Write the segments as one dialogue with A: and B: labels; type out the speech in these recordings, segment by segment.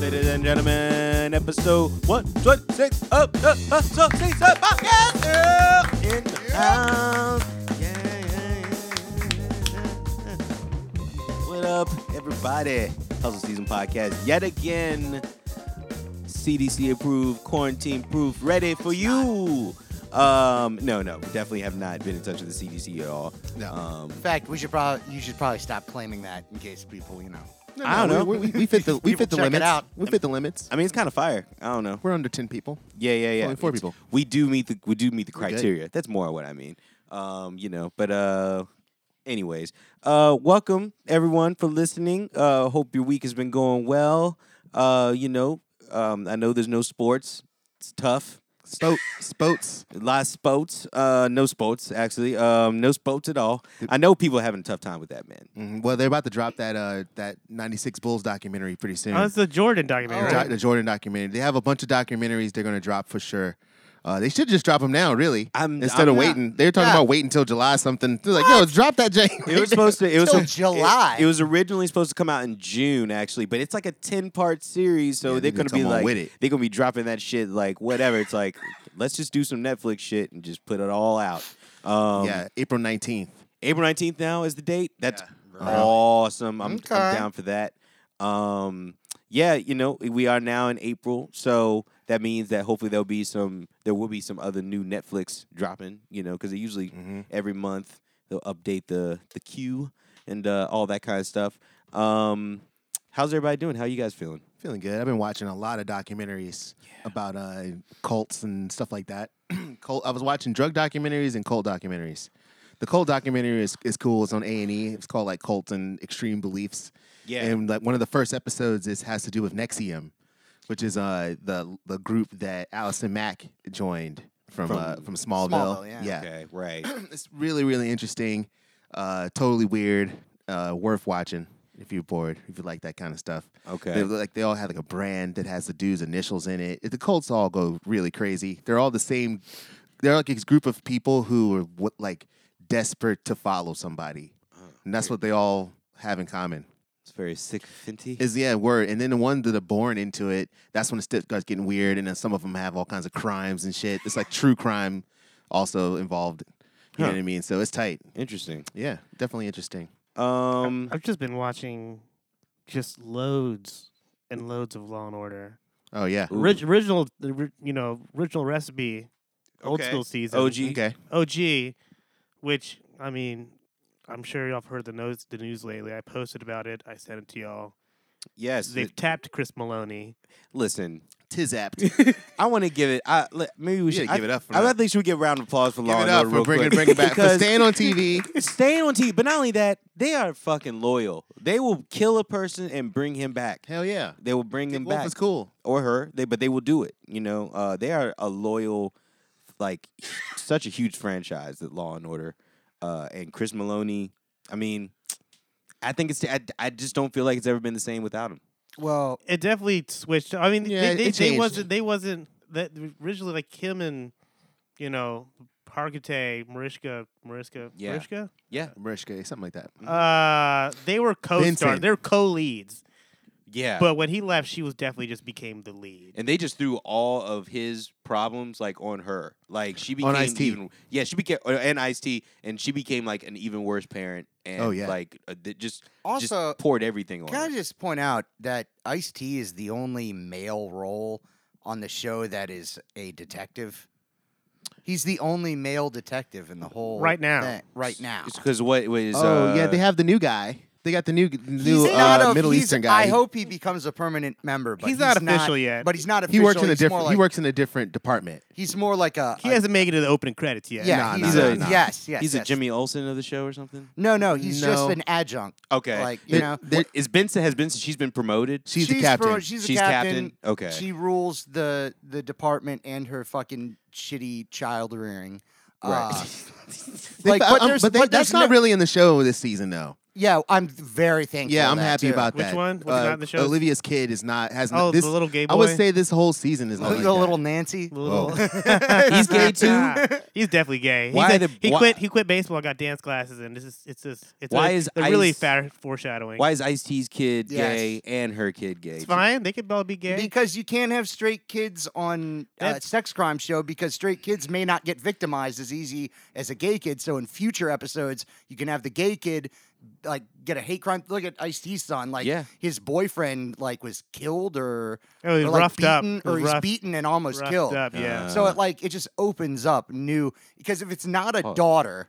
A: Ladies and gentlemen, episode 126 of the Bustle Season Podcast. Girl in the house. Yeah, yeah, yeah, yeah. What up, everybody? Hustle Season Podcast, yet again. CDC approved, quarantine proof, ready for you. Um, no, no, we definitely have not been in touch with the CDC at all.
B: No.
A: Um,
B: In fact, we should probably you should probably stop claiming that in case people, you know.
A: I don't know.
C: We, we, we fit the we
B: People
C: fit the
B: check it
C: limits.
B: out.
C: We fit the limits.
A: I mean, it's kind of fire. I don't know.
C: We're under ten people.
A: Yeah, yeah, yeah.
C: Only four
A: It's-
C: people.
A: We do meet the we do meet the
C: We're good.
A: criteria. That's more what I mean. Um, you know, but uh anyways, uh welcome everyone for listening. Uh hope your week has been going well. Uh you know, um I know there's no sports. It's tough.
C: Spote, spotes.
A: A lot of sports. Uh no sports actually. Um no sports at all. I know people are having a tough time with that, man.
C: Mhm. Well, they're about to drop that uh, that '96 Bulls documentary pretty soon.
D: Oh, it's the Jordan documentary,
C: Jo-
D: right?
C: The Jordan documentary. They have a bunch of documentaries they're going to drop for sure. Uh, they should just drop them now, really.
A: I'm- I'm
C: Instead of
A: not-
C: waiting, they're talking
B: Yeah.
C: about waiting until July something. They're like, yo, drop that Jay.
A: It was supposed to. It was
B: Till
A: it-
B: July.
A: It, was originally supposed to come out in June, actually, but it's like a ten part series, so
C: Yeah,
A: they're
C: they
A: gonna
C: need
A: be
C: someone
A: like,
C: with it.
A: they're gonna be dropping that shit like whatever. It's like, let's just do some Netflix shit and just put it all out. Um,
C: yeah, April 19th.
A: April nineteenth now is the date. That's
C: Yeah.
A: awesome. I'm, I'm
B: Okay.
A: down for that. Um, yeah, you know, we are now in April, so that means that hopefully there'll be some, there will be some other new Netflix dropping. You know, because they usually
C: Mhm.
A: every month they'll update the the queue and uh, all that kind of stuff. Um, how's everybody doing? How you guys feeling?
C: Feeling good. I've been watching a lot of documentaries about uh, cults and stuff like that. cult. I was watching drug documentaries and cult documentaries. The cult documentary is, is cool. It's on A and E. It's called like cults and extreme beliefs.
A: Yeah.
C: And like one of the first episodes is has to do with Nexium, which is uh the the group that Allison Mack joined from
A: From-
C: from, uh, from Smallville.
B: Smallville, yeah.
A: Okay. Right.
C: it's really really interesting. Uh, totally weird. Uh, worth watching if you're bored. If you like that kind of stuff.
A: Okay.
C: They, like they all have like a brand that has the dude's initials in it. The Colts all go really crazy. They're all the same. They're like this group of people who are what, like desperate to follow somebody, and that's what they all have in common.
A: It's very sick, Finty.
C: Is yeah word. And then the ones that are born into it, that's when it sti- starts getting weird. And then some of them have all kinds of crimes and shit. It's like true crime also involved. You
A: Huh.
C: know what I mean? So it's tight.
A: Interesting.
C: Yeah, definitely interesting.
A: Um.
D: I've just been watching just loads and loads of Law and Order.
C: Oh yeah.
A: Ooh.
D: Orig- original, the ri- you know, original recipe, old
A: Okay.
D: school season.
A: OG.
C: Okay.
D: OG, which I mean, I'm sure y'all have heard the news. The news lately. I posted about it. I sent it to y'all.
A: Yes.
D: They've
A: th-
D: tapped Chris Maloney.
A: listen.
C: Tis apt.
A: I want to give it. I le- maybe we
C: You
A: should
C: gotta give it up for
A: I, I
C: that.
A: think should we give a round of applause for
C: Give
A: Law
C: it
A: and
C: up
A: Order
C: for
A: real
C: bringing
A: quick.
C: bringing back for
A: because
C: staying on TV.
A: staying on TV. But not only that, they are fucking loyal. They will kill a person and bring him back.
C: Hell yeah.
A: They will bring him
C: Wolf
A: back
C: is cool.
A: or her. They but they will do it. You know, uh, they are a loyal, like such a huge franchise that Law and Order, uh, and Chris Maloney. I mean, I think it's. I, I just don't feel like it's ever been the same without him.
B: Well,
D: It definitely switched. I mean,
C: Yeah,
D: they,
C: it
D: they, they
C: changed.
D: wasn't. They wasn't that originally like him and you know Hargitay, Mariska, Mariska,
A: Yeah.
D: Mariska.
A: Yeah,
C: Mariska, something like that.
D: Uh, they were co-stars.
C: Vincent.
D: They were co-leads.
A: yeah.
D: But when he left, she was definitely just became the lead.
A: and they just threw all of his problems like on her. Like she became
C: Ice-T.
A: even yeah she became uh, and Ice T and she became like an even worse parent and
C: Oh, yeah.
A: like uh, th- just
B: also
A: just poured everything on.
B: can I
A: Her.
B: just point out that Ice T is the only male role on the show that is a detective. He's the only male detective in the whole
D: Right now.
B: thing- right now.
A: It's because what was
C: oh yeah,
A: uh,
C: they have the new guy. They got the new new
B: he's not
C: uh,
B: a,
C: Middle
B: he's-
C: Eastern guy.
B: I hope he becomes a permanent member, but
D: He's not official yet.
B: But he's not
C: he
B: official.
C: works in a
B: he's more
C: different. he
B: like-
C: works in a different department.
B: He's more like a.
D: He
B: a-
D: hasn't made it to the opening credits yet.
B: Yeah,
C: Nah,
B: he's
C: nah,
B: a,
C: nah, nah.
B: yes, yes.
A: he's
B: yes.
A: a Jimmy Olsen of the show or something.
B: No, no, he's just
C: No.
B: an adjunct.
A: Okay,
B: Like you
C: They-
B: know,
C: they-
A: is Benson has Benson? She's been promoted.
C: she's the
B: She's
C: captain.
B: pro- she's the
A: She's
B: captain.
A: Okay,
B: She rules the the department and her fucking shitty child rearing.
A: Right.
B: Uh,
C: They-
B: like,
C: I-
B: but
C: I'm-
B: there's-
C: but they-
B: but there's
C: that's not
B: no-
C: really in the show this season though.
B: Yeah, I'm very thankful.
C: yeah,
B: for
C: I'm
B: that,
C: happy
B: too.
C: about
D: Which
C: that.
D: one? Was it
C: Uh,
D: not in the shows?
C: Olivia's kid is not has
D: Oh,
C: not, this.
D: the little gay boy.
C: I would say this whole season is not
B: the
C: like that.
B: little Nancy.
D: The little-
C: He's gay too.
D: Ah, he's definitely gay. He,
A: Why
D: said-
A: did-
D: he
A: why-
D: quit. He quit baseball. Got dance classes, and this is it's just it's
A: Why
D: a,
A: is
D: they're really
A: Ice-
D: fat foreshadowing.
A: Why is Ice T's kid
B: Yes.
A: gay and her kid gay?
D: it's fine. They could all be gay.
B: Because you can't have straight kids on uh,
D: That's-
B: sex crime show because straight kids may not get victimized as easy as a gay kid. So in future episodes, you can have the gay kid like get a hate crime. Look at Ice T's son, like
A: Yeah.
B: his boyfriend like was killed or
D: oh, he's
B: or, like,
D: roughed up.
B: beaten,
D: He
B: or
D: was
B: he's
D: rough-
B: beaten and almost
D: roughed
B: killed.
D: up, yeah.
B: So it like it just opens up new because if it's not a
A: Huh.
B: daughter,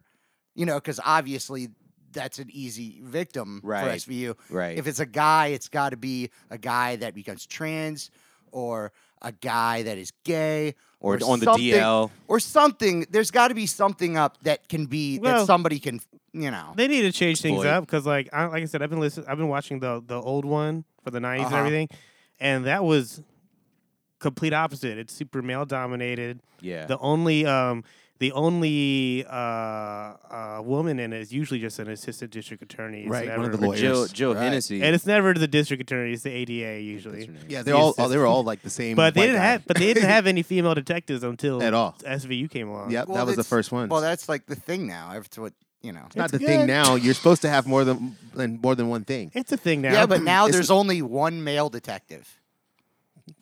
B: you know, because obviously that's an easy victim for
A: Right.
B: SVU.
A: Right.
B: If it's a guy, it's got to be a guy that becomes trans or a guy that is gay
A: Or on the
B: something-
A: DL.
B: or something. There's got to be something up that can be
D: Well-
B: that somebody can, you know.
D: they need to change things
A: Exploit.
D: up because, like, I, like I said, I've been listening. I've been watching the the old one for the 90s
B: Uh-huh.
D: and everything, and that was complete opposite. It's super male dominated.
A: yeah.
D: The only um the only uh, uh woman in it is usually just an assistant district attorney. It's
C: Right,
D: never,
C: one of the
A: Or Jill,
C: lawyers.
A: Jill
B: Right.
A: Hennessy.
D: and it's never the district attorney. It's the ADA
A: That's
D: usually.
A: her name.
C: Yeah, they're all
D: He's-
C: they were all like the same.
D: But they
C: white
D: didn't
C: guy.
D: have but they didn't have any female detectives until
C: At all.
D: SVU came along.
C: Yep,
B: Well,
C: that was the
B: it's-
C: first one.
B: Well, that's like the thing now. It's what you know.
C: not the
D: It's
C: thing
D: good.
C: now. You're supposed to have more than than- more than one thing.
D: It's a thing now.
B: Yeah, but now
C: It's-
B: there's only one male detective.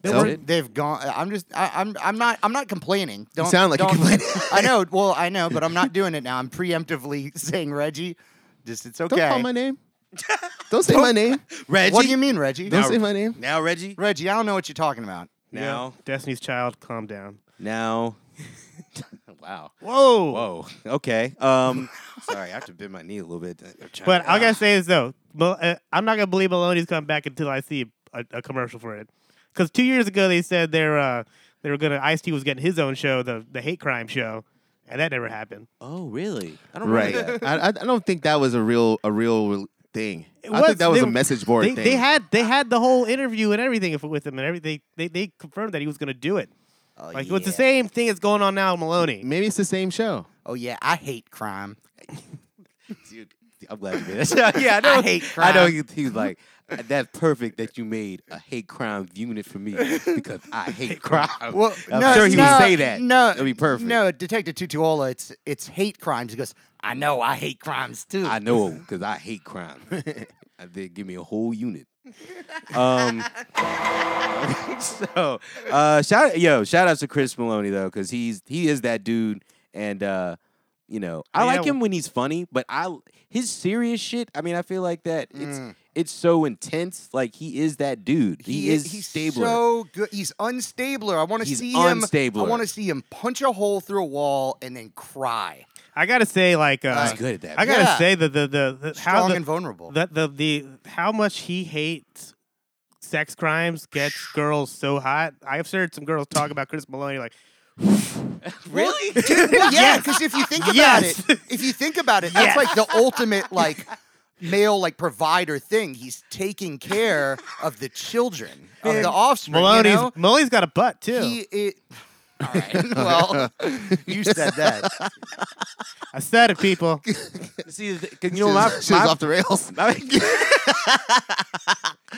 D: There
C: So-
D: were-
A: it?
B: They've gone. I'm just. I, I'm. I'm not. I'm not complaining. Don't
C: sound like you
B: don't-
C: complain.
B: I know. Well, I know, but I'm not doing it now. I'm preemptively saying Reggie. Just it's okay.
C: Don't call my name. Don't say my name.
A: Reggie.
B: What do you mean, Reggie?
C: Don't
A: Now-
C: say my name.
A: Now Reggie.
B: Reggie, I don't know what you're talking about.
A: Now.
D: Destiny's Child, calm down.
A: Now. wow.
D: Whoa.
A: Whoa. Okay. Um. sorry, I have to bend my knee a little bit. I'm trying
D: But
A: to-
D: I gotta say this though, Mal- uh, I'm not gonna believe Maloney's coming back until I see a, a commercial for it. Because two years ago they said they're uh, they were gonna Ice T was getting his own show, the the hate crime show, and that never happened.
A: Oh, really? I don't
C: Right.
A: remember that.
C: I, I I don't think that was a real a real thing.
D: It
C: I think that was
D: they-
C: a message board
D: They,
C: thing.
D: they had they had the whole interview and everything with him and everything. They they confirmed that he was gonna do it.
C: Oh,
D: Like it's the same thing that's going on now, with Maloney.
C: Maybe it's the same show.
B: Oh yeah, I hate crime.
A: Dude, I'm glad you did that. yeah, I know.
B: I hate
A: I know
B: crime.
A: he, he was like, that's perfect that you made a hate crime unit for me because I hate crime.
B: Well,
A: I'm
B: no,
A: sure he
B: no,
A: would say that.
B: No,
A: It'd be perfect.
B: No, Detective Tutuola, it's it's hate crimes. He goes, I know, I hate crimes too.
A: I know because I hate crime. I did give me a whole unit. Um, so uh, shout yo shout out to Chris Maloney though because he's he is that dude and uh, you know I like
D: Yeah.
A: him when he's funny but I his serious shit I mean I feel like that it's it's so intense like he is that dude Mm. he, is
B: he's
A: stable
B: so good. He's unstabler. I want to
A: He's
B: see him.
A: unstabler.
B: I want to see him punch a hole through a wall and then cry.
D: I gotta say, like uh,
A: he's good at that
D: I gotta
B: Yeah.
D: say that the the, the how
B: Strong
D: the,
B: and vulnerable.
D: the the the how much he hates sex crimes gets girls so hot. I've heard some girls talk about Chris Maloney like
A: really
B: Well, yeah, because if you think about
D: Yes.
B: it, if you think about it, that's like the ultimate like male like provider thing. He's taking care of the children, of the offspring. you
D: Maloney's
B: know?
D: Maloney's got a butt too.
B: He it. All right. Well, you said that.
D: I said it, people.
A: see the- 'cause you know my,
C: Shit's
A: my
C: off the rails.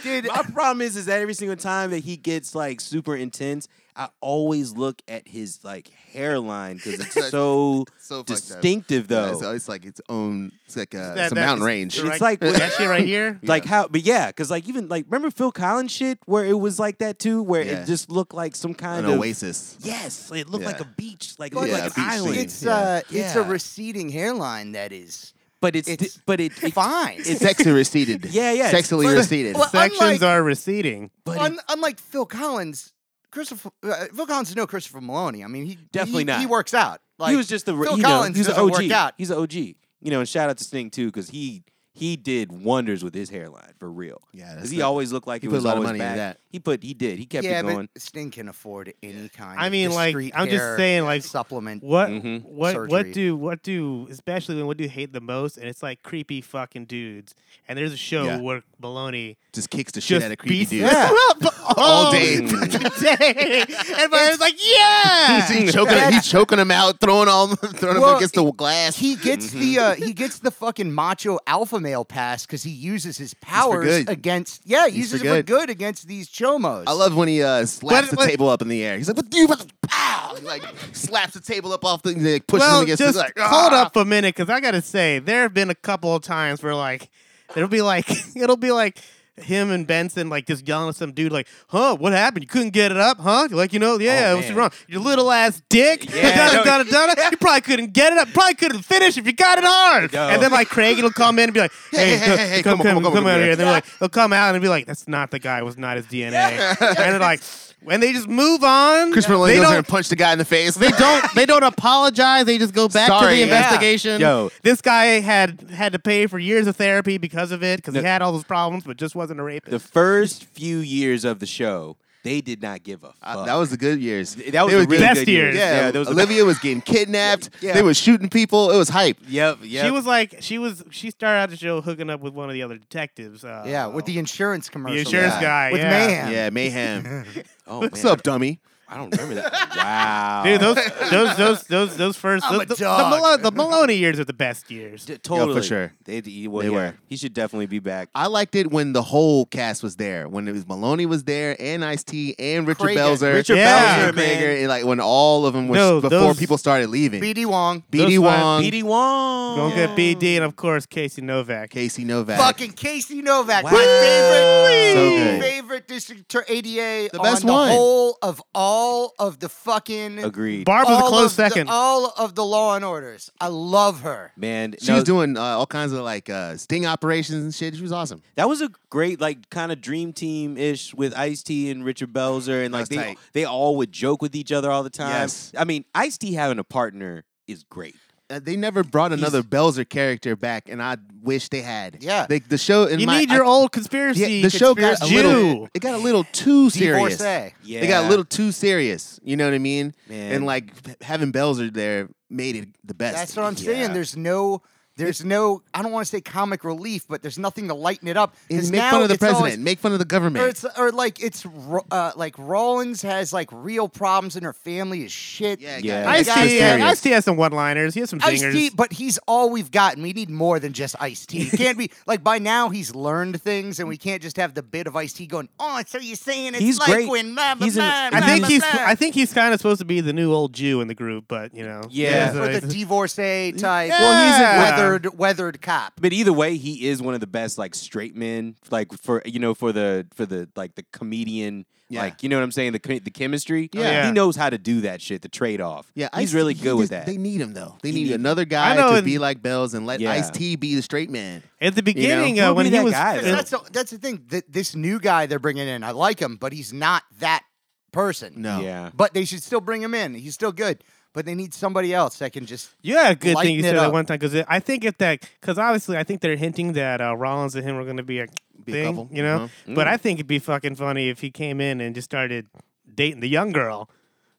A: Dude, my problem is is that every single time that he gets like super intense, I always look at his like hairline because it's so
C: So fucked up.
A: distinctive
C: Yeah,
A: though.
C: it's, it's like its own. It's like a,
D: That-
C: it's a
D: that-
C: mountain range.
A: It's like-
D: that shit right here.
A: Like how, but yeah, because like even like remember Phil Collins shit where it was like that too, where
C: Yeah.
A: it just looked like some kind
C: an
A: of
C: oasis.
A: yes, it looked like
C: Yeah.
A: a beach, like it
B: But
A: looked like
C: Yeah, a
A: an
C: beach
A: island.
C: scene.
B: It's uh, it's a
A: Yeah.
B: receding hairline that is
A: but it's,
B: it's
A: di- but it, it
B: fine.
C: Sexy receded.
A: Yeah, yeah, it's-
C: Sexually
B: Well,
C: receded.
B: well,
D: Sections
B: unlike-
D: are receding.
A: but it-
B: Un- unlike Phil Collins, Christopher uh, Phil Collins is no Christopher Maloney. I mean, he
A: Definitely
B: he,
A: not.
B: He works out. Like
A: he was just the re-
B: Phil
A: you know,
B: Collins
A: he was an
B: doesn't work
A: OG.
B: out.
A: He's an OG. You know, and shout out to Sting too because he he did wonders with his hairline for real.
C: Yeah,
A: because
C: that's
A: he
C: not-
A: always looked like
C: he
A: it
C: put a
A: was
C: lot of
A: always
C: money into
A: back.
C: that.
A: He put he did he kept
B: yeah,
A: it going.
B: but Sting can afford any kind.
D: I
B: of
D: mean, like,
B: discreet
D: I'm just
B: hair
D: saying, like,
B: supplement.
D: What
A: Mhm.
D: what what
B: Surgery.
D: do what do especially when what do you hate the most? And it's like creepy fucking dudes. And there's a show
C: Yeah.
D: where Maloney
C: Just kicks the shit
D: just
C: out of creepy
D: beats
C: dude.
D: them up all
C: day.
D: day. Everybody's like, yeah.
C: he's, choking, he's choking him out, throwing all, throwing
B: Well,
C: him against the glass.
B: He gets the uh, he gets the fucking macho alpha Philomale pass because he uses his powers
C: good.
B: against. Yeah, he
C: He's for
B: uses it for
C: good.
B: good against these chomos.
C: I love when he uh, slaps
D: But-
C: the
D: but-
C: table up in the air. He's like, "What do you?" about to-" Pow! He, like slaps the table up off the, and like, pushes
D: well,
C: him against.
D: just
C: he's like,
D: hold
C: "Ah!"
D: up a minute, because I gotta say there have been a couple of times where like it'll be like it'll be like him and Benson like just yelling at some dude like, "Huh? What happened? You couldn't get it up, huh? Like you know, yeah,
B: Oh,
D: what's
B: man.
D: wrong? Your little ass dick,
A: Yeah,
D: da
A: no.
D: da da da. You probably couldn't get it up. Probably couldn't finish if you got it hard.
A: No.
D: And then like Craig, it'll come in and be like,
C: Hey,
D: "Hey,
C: hey,
D: co-
C: hey, hey,
D: come,
C: come on, come on,
D: come, come
C: come
D: out
C: here."
D: here." And they're like, they'll come out and be like, "That's not the guy. It was not his DNA." And they're like, and they just move on.
C: Chris Merlin
D: they
C: goes there
D: don't
C: and punch the guy in the face.
D: they don't. They don't apologize. They just go back to
C: Sorry.
D: the
C: Yeah.
D: investigation.
A: Yo.
D: this guy had had to pay for years of therapy because of it, because he
A: The-
D: had all those problems, but just wasn't a rapist.
A: The first few years of the show, they did not give a fuck.
C: Uh, that was the good years.
A: that was
C: They
A: a
C: were
A: really
D: best
A: good year.
D: years.
C: Yeah,
A: that was the-
C: Olivia was getting kidnapped.
A: Yeah.
C: They were shooting people. It was hype.
A: Yep, yep.
D: She was like, she was, she started out the show hooking up with one of the other detectives. Uh,
B: yeah, with the insurance commercial.
D: insurance guy,
B: With
D: yeah.
B: man.
C: Yeah, mayhem.
A: oh, man.
C: What's up, dummy?
A: I don't remember that. wow.
D: dude, those those those those those first
B: I'm
D: those,
B: a
D: the, the
B: dog.
D: Malone, the Maloney years are the best years.
A: D- totally.
C: sure.
A: They, d- well,
C: They
A: yeah.
C: were.
A: He should definitely be back.
C: I liked it when the whole cast was there. When it was Maloney was there, and Ice T, and Richard
B: Krager.
C: Belzer,
A: Richard
D: Yeah.
A: Belzer,
C: and Krager,
A: man.
C: and like when all of them were
D: No,
C: before
D: those-
C: people started leaving.
B: BD Wong.
C: BD
D: Those five-
C: Wong,
A: BD Wong.
D: Don't get BD and of course Casey Novak.
C: Casey Novak.
B: Fucking Casey Novak,
A: Wow.
B: my favorite,
C: So good.
B: favorite district attor- ADA
C: The best
B: on the
C: one.
B: whole of all of the fucking
A: Agreed.
D: Barb was a
B: all
D: close
B: of the-
D: second.
B: all of the Law and Orders. I love her.
A: man,
C: She
A: no,
C: was doing uh, all kinds of like uh, sting operations and shit. She was awesome.
A: that was a great like kind of dream team ish with Ice T and Richard Belzer, and like
C: was
A: they
C: tight.
A: they all would joke with each other all the time.
C: Yes.
A: I mean, Ice T having a partner is great.
C: Uh, they never brought another Belzer character back, and I wish they had.
B: Yeah.
C: They, the show. In
D: You
C: my,
D: need your
C: I-
D: old conspiracy.
C: yeah, the show got a
D: conspiracy
C: little.
D: Jew.
C: It got a little too serious.
B: Divorcee.
A: Yeah,
C: They got a little too serious. You know what I mean?
A: Man.
C: And like p- having Belzer there made it the best.
B: That's what I'm
A: Yeah.
B: saying. There's no. There's no, I don't want to say comic relief, but there's nothing to lighten it up.
C: And
B: 'Cause
C: make
B: now
C: fun of the
B: it's always-
C: president. make fun of the government.
B: or it's or like it's Ro- uh, like Rollins has like real problems and her family is shit.
C: Yeah,
A: Yeah.
C: yeah.
A: I
D: Ice
B: Ice-T
D: T,
B: is-
D: Ice T has some one-liners. He has some
B: Ice
D: zingers.
B: T, but he's all we've gotten. We need more than just Ice T. It can't be like by now he's learned things, and we can't just have the bit of Ice T going. Oh, so you're saying it's
A: He's
B: like
A: great.
B: when blah, blah,
A: He's an-
B: blah,
D: I
B: blah,
D: think
B: blah,
D: he's
B: blah.
D: I think he's kind of supposed to be the new old Jew in the group, but you know.
A: Yeah.
D: so
B: for the
D: it's-
B: divorcee type.
D: Well, he's a- Yeah.
B: weathered weathered cop.
A: But either way, he is one of the best like straight men, like for you know for the for the like the comedian,
C: Yeah.
A: like you know what I'm saying, the co- the chemistry.
D: Yeah.
A: he knows how to do that shit, the trade off.
C: yeah,
A: he's
C: Ice-
A: really
C: he
A: good with that.
C: just- They need him though. They
A: He
C: need,
A: need-
C: another
D: I
C: guy
D: know
C: to
D: in-
C: be like Bells and let
A: Yeah.
C: Ice T be the straight man.
D: at the beginning
A: Who'll
D: uh, when
A: be
D: he
A: that
D: was
A: guy, though?
B: That's the, that's the thing. That this new guy they're bringing in, I like him, but he's not that person.
C: No.
A: Yeah,
B: But they should still bring him in. He's still good. But they need somebody else that can just.
D: yeah, good thing you
B: Lighten
D: said
B: it
D: that
B: up.
D: one time because I think if that because obviously I think they're hinting that uh, Rollins and him are going to be a
C: Be a
D: thing,
C: couple,
D: you know.
C: uh-huh.
D: But I think it'd be fucking funny if he came in and just started dating the young girl.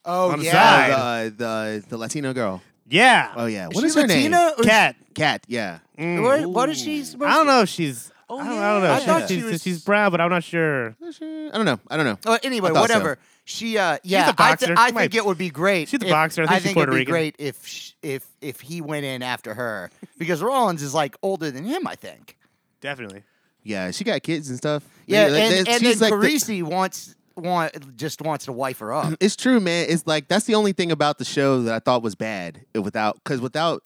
B: Oh
D: On the
B: yeah,
D: side.
C: Uh, the, the the Latino girl.
D: Yeah,
C: Oh yeah.
B: Is
C: What
B: she
C: is her name?
B: Latina or is-
D: cat.
C: Cat. Yeah.
D: Mm.
B: What, what is she?
A: Ooh.
B: Supposed
D: I don't know if she's.
A: Oh,
D: I, don't, I don't know.
B: yeah. I
D: she's,
B: thought she
D: she's,
B: was-
D: she's brown, but I'm not sure.
C: I don't know. I don't know.
B: To? Well, anyway,
C: I thought so.
B: whatever. She, uh, yeah,
D: a
B: I, thi-
D: boxer.
B: I
D: She might-
B: think it would be great.
D: She's a
B: if-
D: boxer. I think she's
B: think
D: Puerto
B: it'd be
D: Rican.
B: great if sh- if if he went in after her because Rollins is like older than him, I think.
D: Definitely.
C: Yeah, she got kids and stuff.
B: Yeah,
C: like,
B: and,
C: that-
B: and
C: she's
B: then
C: like the-
B: Carisi wants want just wants to wife her up.
C: It's true, man. It's like that's the only thing about the show that I thought was bad. It- Without because without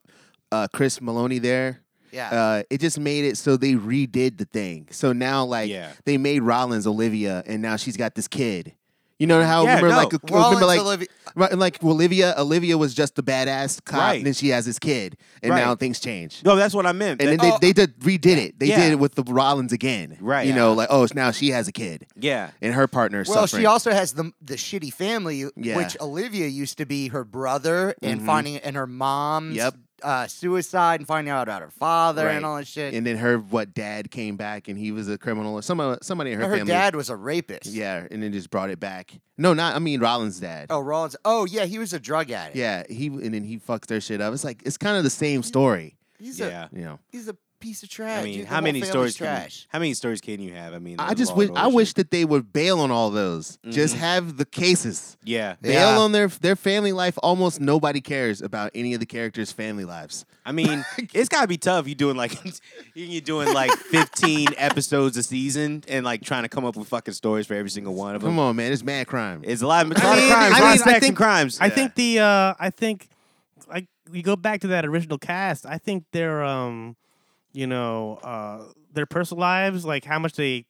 C: uh, Chris Maloney there,
B: Yeah.
C: uh, it just made it so they redid the thing. So now like
A: Yeah.
C: they made Rollins Olivia, and now she's got this kid. You know how
A: Yeah,
C: remember
A: no.
C: like
B: Rollins,
C: remember like
B: Olivia-
C: right, like Olivia Olivia was just the badass cop,
A: Right.
C: and then she has this kid, and
A: Right.
C: now things change.
A: no, that's what I meant.
C: And
A: That-
C: then they,
B: Oh.
C: they did redid it. They
A: Yeah.
C: did it with the Rollins again,
A: Right.
C: You know, like oh, now she has a kid,
A: yeah,
C: and her partner.
B: Well,
C: suffering.
B: she also has the the shitty family,
C: Yeah.
B: which Olivia used to be her brother, and
C: Mhm.
B: finding and her mom's
C: Yep.
B: uh, suicide, and finding out about her father
C: Right.
B: and all that shit.
C: and then her what dad came back and he was a criminal or some somebody in her,
B: her
C: family.
B: dad was a rapist.
C: Yeah, and then just brought it back. No, not I mean Rollins' dad.
B: Oh, Rollins. Oh, yeah, he was a drug addict.
C: Yeah, he and then he fucks their shit up. It's like it's kind of the same story,
B: He's
A: yeah.
B: a
C: you know.
B: he's a piece of trash.
A: I mean,
B: dude. The
A: how
B: whole
A: many
B: family's
A: stories? Can you,
B: Trash.
A: how many stories can you have? I mean,
C: I
A: of
C: just
A: Law
C: wish
A: and
C: I
A: Order
C: wish
A: shit.
C: that they would bail on all those. Just
A: Mhm.
C: have the cases.
A: Yeah,
B: Mm-hmm. Yeah.
C: Bail on their their family life. Almost nobody cares about any of the characters' family lives.
A: I mean, it's gotta be tough. You doing like you're doing like 15 episodes a season and like trying to come up with fucking stories for every single one of them.
C: Come on, man, it's mad crime.
A: It's a lot, it's a
C: I
A: lot
C: mean,
A: of crimes,
C: I
A: a lot of
C: mean, I
A: sex and
C: think-
A: crimes.
D: I think the uh, I think like you go back to that original cast. I think their um, you know, uh, their personal lives, like how much they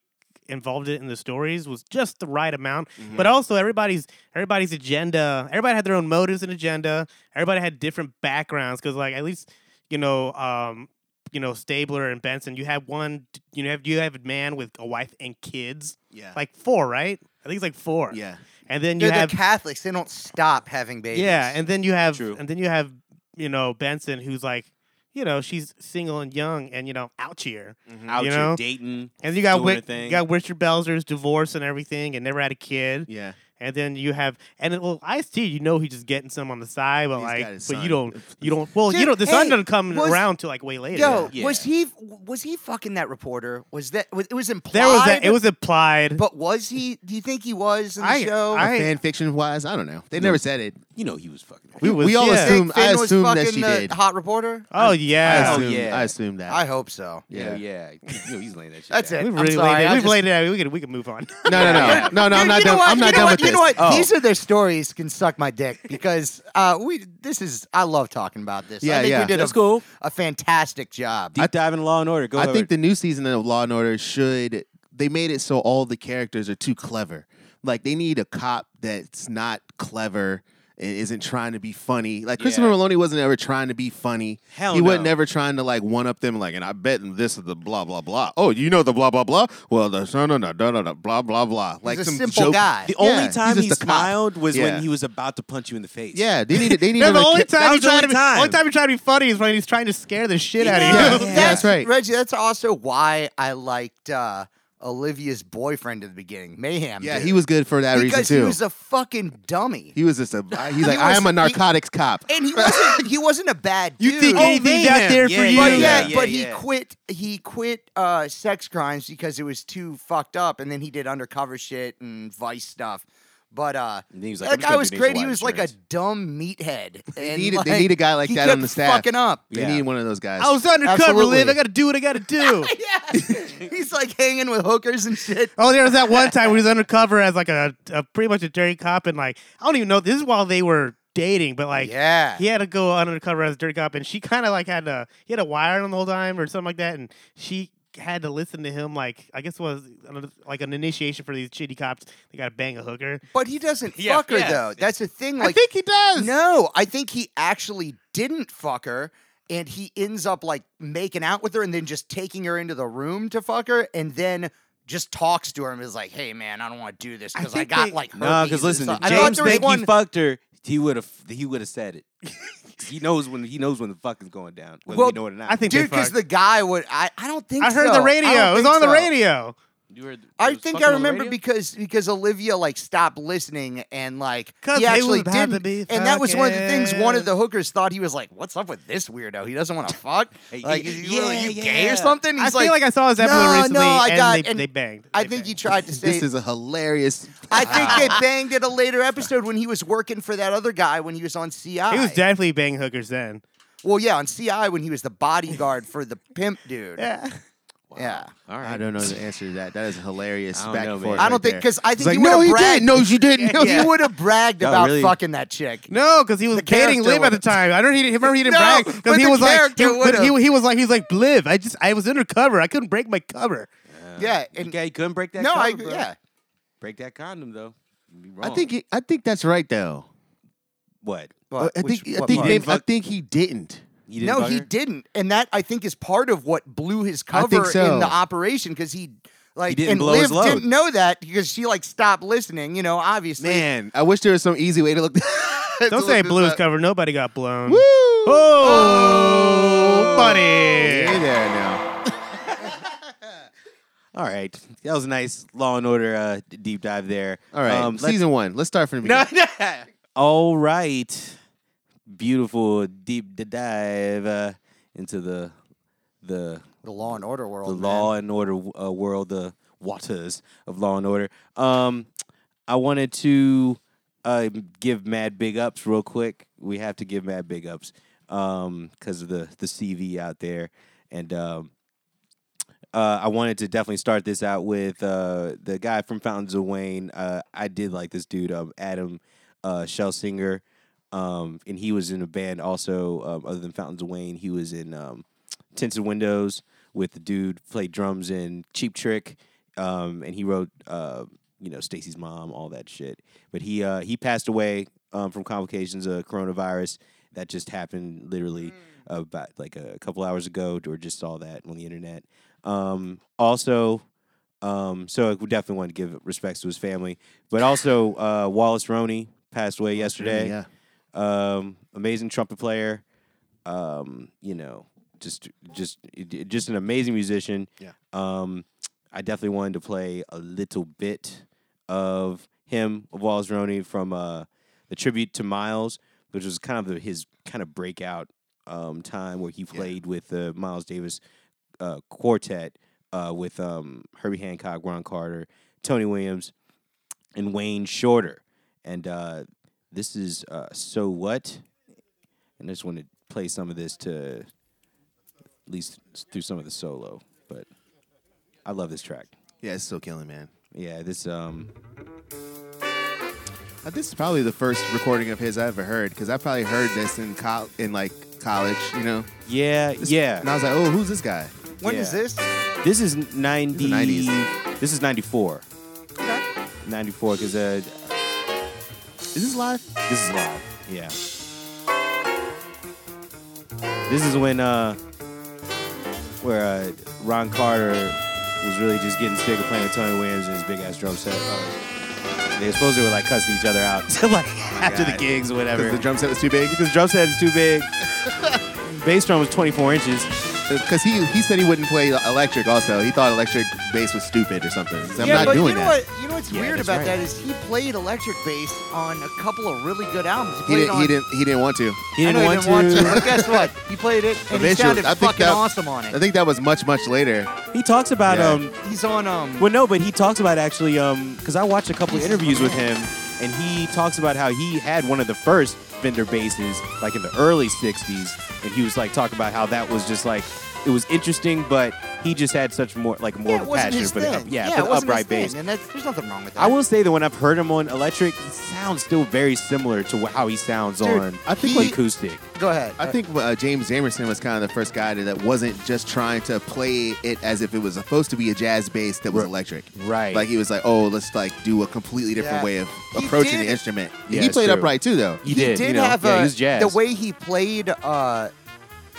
D: involved it in the stories, was just the right amount. But also everybody's everydy's agenda. Everybody had their own motives and agenda. Everybody had different backgrounds because like at least you know um. You know Stabler and Benson. You have one. You have you have a man with a wife and kids,
C: yeah,
D: like four, right? I think it's like four.
C: yeah.
D: And then you
B: They're, they're
D: have
B: Catholics. They don't stop having babies.
D: yeah, and then you have
A: True.
D: and then you have you know Benson who's like you know she's single and young and you know out here.
A: out
D: you
A: you
D: know?
A: dating.
D: And you
A: Doing
D: got
A: her
D: Wick, you
A: thing.
D: got Richard Belzer's divorce and everything and never had a kid.
C: Yeah,
D: And then you have and it, well Ice T you know he's just getting some on the side but
C: He's
D: like
C: got his
D: but you
C: son.
D: don't you don't well you
B: Dude,
D: know the sun
B: hey,
D: doesn't come
B: was-
D: around till like way later.
B: Yo,
A: Yeah.
B: was he was he fucking that reporter? Was that was, it was implied?
D: there was that it was implied.
B: But was he? Do you think he was in the
D: I-
B: show?
D: I- Hey.
C: fan fiction wise, I don't know. They never said it.
A: You know he was fucking.
D: He
C: We,
D: was-
C: we all
D: yeah.
C: assume.
B: Think
C: I
B: Finn was
C: assume that
B: fucking
C: she
B: the
C: did.
B: hot reporter.
D: oh
C: I
D: yeah.
A: Oh,
C: assume.
A: yeah.
C: I assume that.
B: I hope so.
A: Yeah,
C: yeah.
A: yeah. You know he's laying that shit.
B: That's
A: down.
B: it.
D: We've
B: I'm
D: really
B: sorry,
D: laid it.
B: I
D: We've
B: just-
D: laid it out. We could we could move on.
C: No, no, no, no, no. I'm
B: Dude,
C: not
B: you know
C: done.
B: what?
C: I'm
B: You
C: not
B: know
C: done
B: what?
C: with
B: You
C: this.
B: know what?
A: Oh.
B: These are their stories. Can suck my dick because uh, we. This is. I love talking about this. I
C: Yeah,
B: think
C: yeah.
B: We did
A: That's
B: a,
A: cool.
B: a fantastic job.
A: Deep dive in Law and Order. Go.
C: I
A: Howard.
C: think the new season of Law and Order should. They made it so all the characters are too clever. Like they need a cop that's not clever and isn't trying to be funny. Like Christopher
A: Yeah.
C: Maloney wasn't ever trying to be funny.
A: Hell
C: he wasn't
A: no.
C: ever trying to like one up them. Like, and I bet this is the blah blah blah. Oh, you know the blah blah blah. Well, the no no no no no no blah blah blah. Like
B: a
C: some
B: simple
C: joke-
B: guy.
A: the
C: Yeah,
A: only
C: he's
A: time
C: just
A: he
C: a cop.
A: smiled was
C: Yeah.
A: when he was about to punch you in the face.
C: Yeah, they need. They need.
D: No, the
C: another
D: only
C: ca-
D: time
A: was
D: he's
A: the
D: trying to
A: only
D: be, only
A: time.
D: time he's trying to be funny is when he's trying to scare the shit out
C: Yeah.
D: of you.
C: Yeah. that's right.
B: Reggie. That's also why I liked uh, Olivia's boyfriend at the beginning, Mayhem.
C: Yeah,
B: dude.
C: he was good for that reason
B: because
C: too.
B: he was a fucking dummy,
C: He was just a. He's like,
B: He
C: I
B: was-
C: am a
B: he-
C: narcotics cop.
B: and he wasn't. he wasn't a bad dude.
D: You think
A: Oh,
D: anything's out
A: Mayhem.
D: there
A: Yeah,
D: for
A: yeah,
D: you?
B: But yeah,
A: yeah,
B: but
A: yeah.
B: he quit. He quit uh, sex crimes because it was too fucked up, and then he did undercover shit and vice stuff. But uh,
A: And he was like, "I'm
B: that
A: just
B: guy
A: gonna
B: was
A: do
B: great.
A: nationwide
B: He was like a
A: insurance."
B: dumb meathead.
C: They
B: and,
C: need, a-
B: like,
C: they need a guy like
B: he
C: that on
B: kept
C: the staff.
B: Fucking up.
C: They
A: Yeah.
C: need one of those guys.
B: Oh,
D: I was undercover,
B: Absolutely.
D: Liv. I got to do what I got to do.
B: yeah, he's like hanging with hookers and shit.
D: oh, there was that one time where he was undercover as like a, a pretty much a dirty cop, and like I don't even know. This is while they were dating, but like
B: yeah,
D: he had to go undercover as a dirty cop, and she kind of like had to he had a wire on the whole time or something like that, and she had to listen to him like I guess it was uh, like an initiation for these shitty cops. They got to bang a hooker.
B: but he doesn't
A: Yeah,
B: fuck her
A: yeah.
B: though. That's the thing. Like
D: I think he does.
B: No, I think he actually didn't fuck her. And he ends up like making out with her and then just taking her into the room to fuck her and then just talks to her and is like, hey man, I don't want to do this
D: I
B: because I,
D: think
B: got
D: they-
B: like
A: No,
B: herpes
A: because
B: and
A: listen,
B: stuff."
A: if
B: I thought
A: James
B: there was
A: Beck
B: one-
A: he fucked her. He would have. He would have said it. he knows when. He knows when the fuck is going down. Whether
B: Well,
A: we know it or not.
D: I think
B: Dude,
D: they
B: because
D: fucked.
B: the guy would I, I don't think
D: I heard
B: so.
D: the
B: don't
D: radio. It was
B: think
D: on the
B: so.
D: radio.
A: You heard-
B: I
A: it was
B: think
A: fucking
B: I
A: on the
B: remember
A: radio?
B: because because Olivia like stopped listening and like
D: 'Cause
B: he
D: he was
B: actually
D: about to
B: didn't.
D: be
B: and that was one of the things one of
D: fucking-
B: the hookers thought he was like, "What's up with this weirdo? He doesn't want to fuck.
A: Hey,
B: like,
A: yeah,
B: is he- what, are you gay
A: yeah.
B: or something?"
D: I
B: He's
D: feel like I saw his
B: "No,
D: episode recently,
B: no, I
D: and,
B: got-
D: they,
B: and
D: they banged.
B: I
D: They
B: think he
D: banged.
B: tried to say.
C: this is a hilarious.
B: I think they banged at a later episode when he was working for that other guy when he was on CI.
D: He was definitely banging hookers then.
B: Well, yeah, on CI when he was the bodyguard for the pimp dude. Yeah.
A: All
C: I
A: right.
C: don't know the answer to that. That is hilarious
A: I don't
C: back
A: know,
C: and
A: man.
C: forth.
B: I don't
C: right
B: think because I
C: there.
B: think
C: It's like,
B: he would
C: no,
B: have
C: he
B: bragged.
C: did. No, you didn't. No,
B: He
C: you
B: would have bragged
A: Y'all
B: about
A: really-
B: fucking that chick.
D: No, because he was dating
B: character
D: Liv at the
B: would've-
D: time. I don't. He, didn't- remember he didn't
B: No,
D: brag
B: but
D: because he
B: the
D: was like, he,
B: character
D: but he,
B: would've.
D: he was like, he's like, Liv. I just, I was undercover. I couldn't break my cover.
B: Yeah, and
A: Okay, you couldn't break that.
B: no, I
A: condom, bro.
B: yeah.
A: Break that condom though. You'd be
C: I
A: wrong.
C: think. He, I think that's right though.
A: what
B: But
C: I
B: which-
C: think. I
B: what
C: think.
B: part?
C: Maybe, I
A: fuck-
C: think he didn't.
A: you didn't
B: No,
A: fuck
B: he
A: her?
B: didn't, and that I think is part of what blew his
C: I
B: cover
C: think
B: in
C: so.
B: the operation because he like
A: didn't
B: and
A: blow
B: Liv
A: his load.
B: didn't know that because she like stopped listening. You know, obviously.
C: Man, I wish there was some easy way to look.
D: Don't say blues cover. Nobody got blown.
C: Woo!
D: Oh, buddy.
C: Hey there now.
A: All right, that was a nice Law and Order uh, d- deep dive there.
C: All right,
A: um, let's-
C: season one. Let's start from the beginning.
A: all right, beautiful deep d- dive uh, into the the
B: The Law and Order world.
A: the
B: man.
A: law and order w- uh, world, the waters of law and order. Um, I wanted to uh, give mad big ups real quick. We have to give mad big ups because of the the CV out there, and um, uh, I wanted to definitely start this out with uh, the guy from Fountains of Wayne. Uh, I did like this dude, um, Adam uh, Schelsinger. Um, and he was in a band also, um, other than Fountains of Wayne. He was in um, Tinted Windows with the dude played drums in Cheap Trick, um, and he wrote uh, you know Stacy's mom, all that shit. But he uh, he passed away um, from complications of coronavirus that just happened literally about like a couple hours ago, or just saw that on the internet. Um, also. Um, so we definitely want to give respects to his family, but also uh, Wallace Roney passed away yesterday
C: Yeah.
A: um, amazing trumpet player. Um, you know, just just just an amazing musician.
C: Yeah.
A: Um, I definitely wanted to play a little bit of him of Wallace Roney from uh, the tribute to Miles, which was kind of the, his kind of breakout um, time where he played with the Miles Davis uh, quartet uh, with um, Herbie Hancock, Ron Carter, Tony Williams, and Wayne Shorter. And uh, this is uh, So What? And I just want to play some of this to at least through some of the solo. But I love this track.
C: Yeah, it's still killing, man.
A: Yeah, this um
C: Uh, this is probably the first recording of his I ever heard because I probably heard this in col- in like college, you know.
A: yeah,
C: This-
A: yeah.
C: And I was like, oh, who's this guy?
B: When is
A: yeah.
B: this?
A: This is 90
C: 90s.
A: This is 94.
B: Okay.
A: 94 cuz uh
C: Is this live?
A: This is live. Yeah. This is when uh where uh, Ron Carter was really just getting sick of playing with Tony Williams and his big ass drum set. Uh, they supposedly were like cussing each other out like after the
C: Oh God.
A: gigs or whatever.
C: Because the drum set was too big.
A: because drum set is too big. Bass drum was 24 inches.
C: Because he he said he wouldn't play electric. Also, he thought electric bass was stupid or something. So I'm
B: yeah,
C: not
B: but
C: doing
B: you know
C: that.
B: what? You know what's
A: Yeah,
B: weird
A: that's
B: about
A: right.
B: that is he played electric bass on a couple of really good albums. He
C: He
B: played
C: didn't.
B: on.
C: He didn't. He didn't want to.
A: He
B: I
A: didn't,
B: know
A: want,
B: he didn't
A: to.
B: want to. But guess what? He played it, and he
C: Eventually,
B: sounded
C: I think
B: fucking
C: that-
B: awesome on it.
C: I think that was much much later.
A: He talks about
C: Yeah.
A: um
B: He's on um.
A: Well, no, but he talks about actually, um, because I watched a couple of interviews with him, and he talks about how he had one of the first Fender basses, like in the early '60s, and he was like talking about how that was just like it was interesting, but he just had such more like more
B: yeah, it
A: of a
B: wasn't
A: passion
B: his
A: for
B: thing.
A: the yeah,
B: it
A: for the
B: wasn't his
A: upright bass.
B: thing, and that's, there's nothing wrong with that.
A: I will say that when I've heard him on electric, he sounds still very similar to wh- how he sounds
B: Dude,
A: on
C: I think
A: the
C: like-
A: acoustic.
B: go ahead.
C: I think uh, James Jamerson was kind of the first guy that wasn't just trying to play it as if it was supposed to be a jazz bass that was
A: Right.
C: electric.
A: Right.
C: Like he was like, oh, let's like do a completely different
B: Yeah.
C: way of
B: He
C: approaching
B: did-
C: the instrument.
A: Yeah,
C: he
A: it's
C: played
A: true.
C: upright too, though.
A: He did, you know?
B: have
A: Yeah,
B: a,
A: he was jazz.
B: the way he played, uh,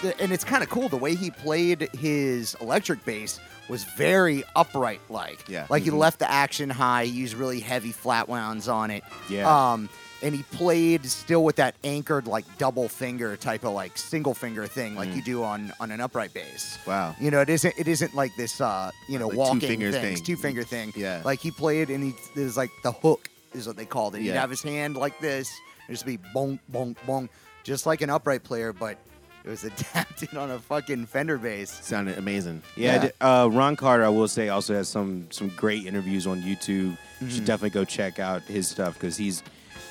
B: the, and it's kind of cool. The way he played his electric bass was very upright, like
C: Yeah.
B: like he left the action high. He used really heavy flat wounds on it.
A: Yeah.
B: Um, and he played still with that anchored like double finger type of like single finger thing, like you do on on an upright bass.
C: Wow.
B: You know, it isn't it isn't like this uh, you know,
C: Like two
B: walking
C: fingers
B: things,
C: thing.
B: two finger thing.
C: Yeah.
B: Like he played and he there's like the hook is what they called it. He'd
C: Yeah.
B: have his hand like this, it'd just be bonk, bonk, bonk, just like an upright player, but it was adapted on a fucking fender bass.
C: Sounded amazing.
A: Yeah,
B: Yeah.
A: d- Uh, Ron Carter, I will say, also has some some great interviews on YouTube. You
B: Mm-hmm.
A: Should definitely go check out his stuff because he's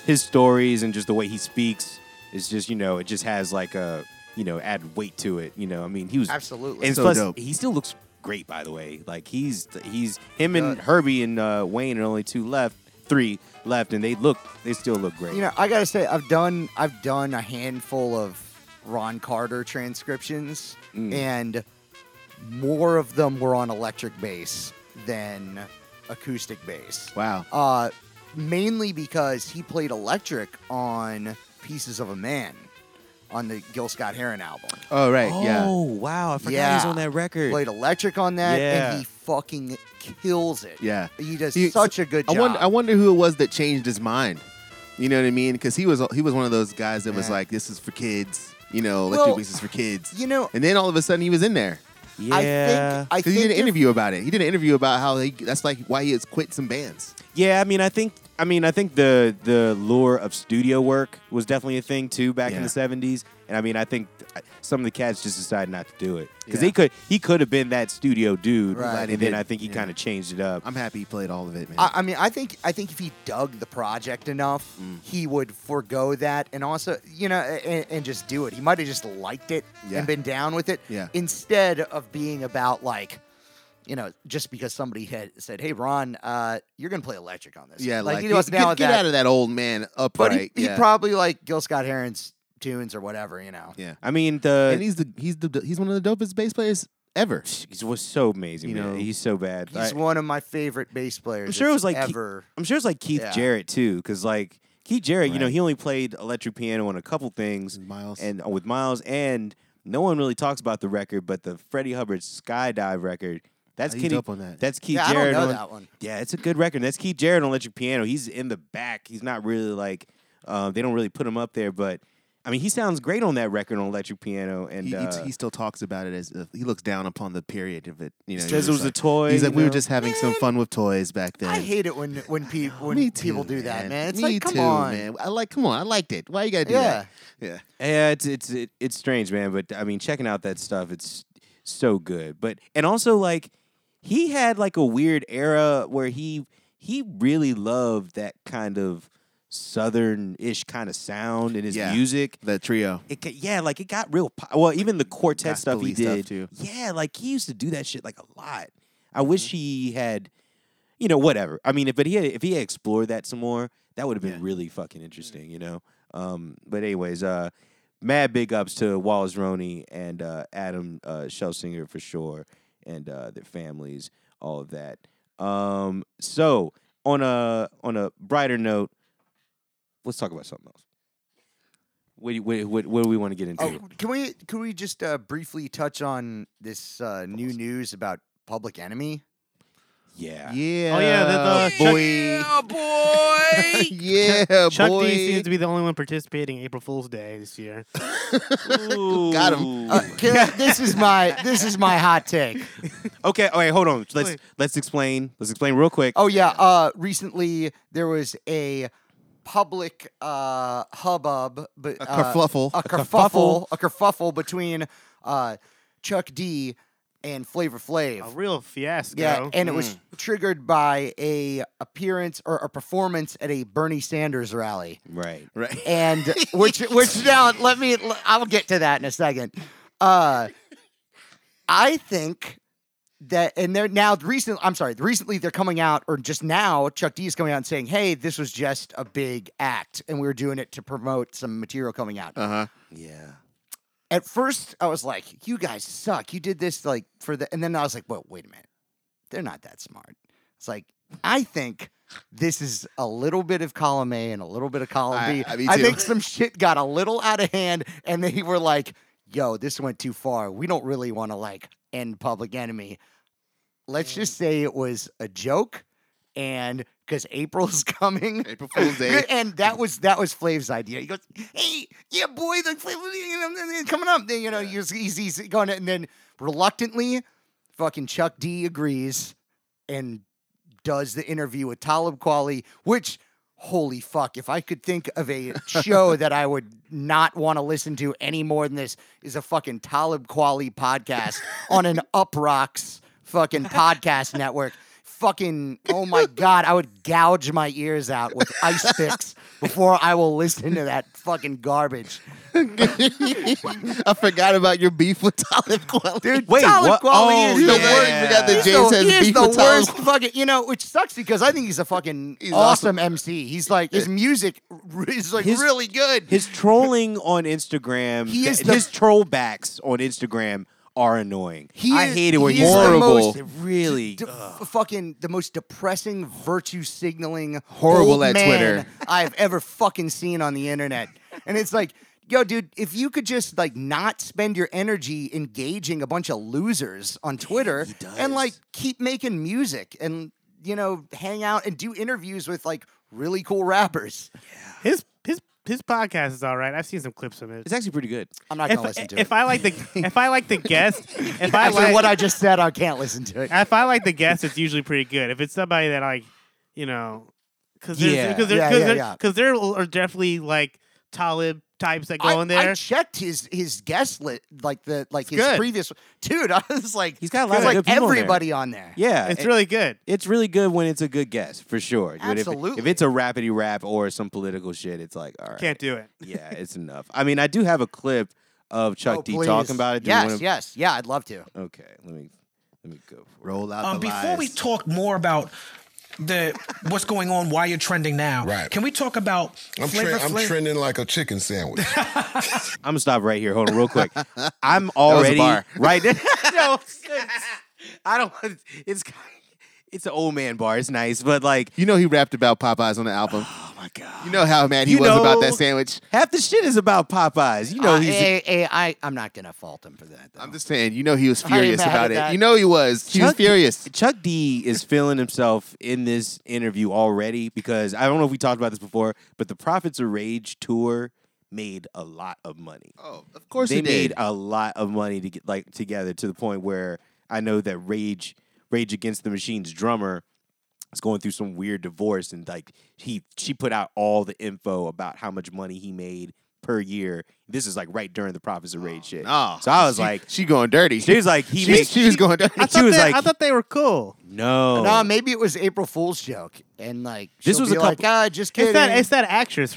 A: his stories and just the way he speaks is just you know it just has like a you know add weight to it. You know, I mean he was
B: Absolutely.
A: and
C: So
A: plus
C: dope.
A: he still looks great by the way. Like he's he's him and
B: Does.
A: Herbie and uh, Wayne are only two left, three left, and they look they still look great.
B: You know, I gotta say, I've done I've done a handful of Ron Carter transcriptions, and more of them were on electric bass than acoustic bass.
C: Wow.
B: Uh, mainly because he played electric on "Pieces of a Man" on the Gil Scott Heron album.
C: Oh right. Yeah.
A: Oh wow, I forgot he's
B: Yeah.
A: on that record.
B: Played electric on that,
A: Yeah.
B: and he fucking kills it.
C: Yeah.
B: he does
C: He-
B: such a good
C: I
B: job.
C: wonder. I wonder who it was that changed his mind. You know what I mean? Because he was he was one of those guys that was
B: Yeah.
C: like, this is for kids. You know, electric
B: Well,
C: bass is for kids.
B: you know,
C: and then all of a sudden he was in there.
A: yeah.
B: I think I
C: Because
B: think
C: he did an
B: if-
C: interview about it. He did an interview about how he, that's like why he has quit some bands.
A: Yeah, I mean, I think I mean, I think the the lure of studio work was definitely a thing too back in
C: Yeah.
A: the '70s, and I mean, I think th- some of the cats just decided not to do it because
C: Yeah.
A: they could he could have been that studio dude,
B: Right.
A: and then I
C: Did-
A: think he
C: yeah.
A: kind of changed it up.
C: I'm happy he played all of it, man.
B: I, I mean, I think I think if he dug the project enough,
C: Mm.
B: he would forego that, and also, you know, and, and just do it. He might have just liked it
C: Yeah.
B: and been down with it,
C: Yeah.
B: instead of being about like, you know, just because somebody had said, "Hey, Ron, uh, you're gonna play electric on this."
C: yeah, like,
B: he
C: you
B: was
C: get,
B: now
C: get out of that old man
B: but
C: upright.
B: he, he
C: yeah.
B: probably like Gil Scott Heron's tunes or whatever, you know.
C: yeah.
A: I mean, the
C: and he's the he's the he's one of the dopest bass players ever.
A: he was so amazing.
C: You
A: man.
C: know,
A: he's so bad.
B: He's
A: I-
B: one of my favorite bass players.
A: I'm sure it was
B: that's
A: like he-
B: ever.
A: I'm sure it's like Keith
B: Yeah.
A: Jarrett too, because like Keith Jarrett, you know,
C: Right.
A: he only played electric piano on a couple things,
C: Miles.
A: and uh, with Miles, and no one really talks about the record, but the Freddie Hubbard Skydive record. That's
C: He's
A: Kenny.
C: dope on that.
A: That's Keith
B: Yeah, I don't
A: Jarrett.
B: know
A: on-
B: that one.
A: Yeah, it's a good record. That's Keith Jarrett on electric piano. He's in the back. He's not really like uh, they don't really put him up there, but I mean, he sounds great on that record on electric piano. And
C: he, he-
A: uh,
C: he still talks about it as uh, he looks down upon the period of it. You know,
A: says
C: he's
A: it was a
C: like-
A: toy.
C: He's like,
A: you
C: we were
A: know?
C: just having some fun with toys back then.
B: I hate it when when people when
C: Me
B: people
C: too,
B: do that, man. It's
C: Me
B: like, come
C: too,
B: on,
C: man. I like, come on, I liked it. Why you gotta do
B: yeah.
C: that? Yeah,
A: Yeah, it's it's it, it's strange, man. But I mean, checking out that stuff, it's so good. But and also like he had like a weird era where he he really loved that kind of southern-ish kind of sound in his
C: Yeah.
A: music.
C: the trio.
A: It ca- yeah, like it got real. Po- well, even the quartet stuff he
C: Gospel-y stuff,
A: did.
C: too.
A: Yeah, like he used to do that shit like a lot. I
C: Mm-hmm.
A: wish he had, you know, whatever. I mean, if but he had, if he had explored that some more, that would have been
C: Yeah. Mm.
A: really fucking interesting, you know. Um, but anyways, uh, mad big ups to Wallace Roney and uh, Adam uh, Schelsinger for sure, and uh, their families, all of that. Um, so on a on a brighter note, let's talk about something else. What do, you- what, what, what do we want to get into?
B: Oh, can we can we just uh, briefly touch on this uh, new news about Public Enemy?
A: Yeah.
C: Yeah.
D: Oh, yeah, that, uh, Chuck-
C: boy. yeah,
B: oh
C: boy.
D: Chuck D seems to be the only one participating April Fool's Day this year.
C: Got
B: Uh, can I- this is my this is my hot take.
A: okay, all right, hold on. Let's
D: Wait.
A: let's explain. Let's explain real quick.
B: Oh yeah, uh, recently there was a public uh, hubbub, but
C: a
B: uh,
C: kerfluffle.
B: a kerfuffle, a kerfuffle between uh, Chuck D and Flavor Flav.
D: A real fiasco.
B: Yeah, eh. and it was triggered by a appearance or a performance at a Bernie Sanders rally,
A: Right.
C: right.
B: and which which now let me I'll get to that in a second. Uh, I think that and they're now recently I'm sorry recently they're coming out or just now Chuck D is coming out and saying hey this was just a big act and we were doing it to promote some material coming out.
C: Uh huh.
A: Yeah.
B: At first I was like you guys suck you did this like for the and then I was like well wait a minute they're not that smart. It's like I think this is a little bit of column A and a little bit of column
C: I-
B: B. I
C: I- me too.
B: think some shit got a little out of hand, and they were like, "Yo, this went too far. We don't really want to like end Public Enemy. Let's just
C: Mm.
B: say it was a joke, and because April's coming."
C: April Fool's Day.
B: And that was that was Flav's idea. He goes, "Hey, yeah, boy, the Flav coming up." Then you know, he's, he's he's going, and then reluctantly, fucking Chuck D agrees and does the interview with Talib Kweli, which holy fuck, if I could think of a show that I would not want to listen to any more than this is a fucking Talib Kweli podcast on an Up Rocks fucking podcast network. Fucking oh my god, I would gouge my ears out with ice picks before I will listen to that fucking garbage.
C: I forgot about your beef with Talib Kweli.
B: Dude,
A: Wait,
B: Talib
A: what?
B: Kweli
A: Oh,
B: is the
C: yeah.
B: worst
C: You forgot that
B: He's
C: James
B: the,
C: has
B: he is
C: beef
B: the
C: with Tyler
B: worst fucking, you know, which sucks because I think he's a fucking
C: He's
B: awesome, MC. He's like his music r- is like
A: His-
B: really good.
A: His trolling on Instagram,
B: He is
A: th-
B: the-
A: his troll backs on Instagram are annoying.
B: He
A: I
B: is-
A: hate it when
B: he
A: you
B: is the
A: horrible.
B: most-
A: It really.
B: De-
A: ugh.
B: f- fucking the most depressing virtue signaling
C: Horrible
B: old
C: at
B: man
C: Twitter.
B: I've ever fucking seen on the internet. And it's like, yo, dude, if you could just like not spend your energy engaging a bunch of losers on Twitter
A: he does.
B: and like keep making music and you know, hang out and do interviews with like really cool rappers.
D: His his his podcast is all right. I've seen some clips of it.
A: it's actually pretty good.
B: I'm not
D: if,
B: gonna listen to
D: if
B: it.
D: I like the if I like the guest, if I
B: After
D: like
B: what I just said, I can't listen to it.
D: if I like the guest, it's usually pretty good. If it's somebody that like, you know, because there's
A: Yeah.
D: because there,
B: Yeah,
D: cause
B: yeah,
D: there,
B: yeah.
D: 'cause there are definitely like Talib types that go
B: I,
D: in there.
B: I checked his his guest list, like the like his
D: good.
B: previous dude. I was like,
A: He's got a lot
B: there's
A: of good
B: like
A: people on there.
B: everybody on there.
A: Yeah,
D: it's
A: it-
D: really good.
A: it's really good when it's a good guess for sure. But if- If,
B: Absolutely.
A: it's a rapidy rap or some political shit, it's like all right,
D: Can't do it.
A: yeah, it's enough. I mean, I do have a clip of Chuck
B: Oh,
A: D
B: please.
A: talking about it. Do you
B: yes,
A: wanna-
B: yes, yeah. I'd love to.
A: Okay, let me let me go. For it.
C: Roll out
E: Um,
C: the
E: before we
C: lies.
E: talk more about the what's going on, why you're trending now,
F: Right.
E: can we talk about
F: I'm,
E: Flavor
F: trend, I'm
E: Flav?
F: trending like a chicken sandwich.
A: I'm gonna stop right here. Hold on, real quick. I'm already
C: bar.
A: right. no, it's- I don't. It's it's an old man bar. It's nice, but like,
C: You know he rapped about Popeyes on the album.
A: oh my god,
C: You know how mad he
A: You
C: was about that
A: know-
C: sandwich.
A: half the shit is about Popeyes. You know,
B: Uh,
A: he's
B: eh, eh, I, I'm not gonna fault him for that. though.
C: I'm just saying, you know he was
B: I ain't
C: furious
B: mad
C: about
B: at
C: it.
B: that.
C: You know he was. He was furious.
A: Chuck D is feeling himself in this interview already because I don't know if we talked about this before, but the Prophets of Rage tour made a lot of money.
C: Oh, of course
A: they
C: he
A: made
C: did.
A: a lot of money to get like together to the point where I know that Rage Rage Against the Machine's drummer is going through some weird divorce and like he she put out all the info about how much money he made per year. This is like right during the Prophets of Rage shit.
C: Oh, nah.
A: so I was
C: She-
A: like
C: she going dirty.
A: Oh, she was like he
C: she,
A: made
C: she was going dirty.
D: I
A: She
D: thought,
A: was
D: they,
A: like-
D: I thought they were cool.
A: no.
B: No, maybe it was April Fool's joke, and like
A: This
B: she'll
A: was a
B: be like,
A: couple-
B: ah, just kidding.
D: It's that it's that actress,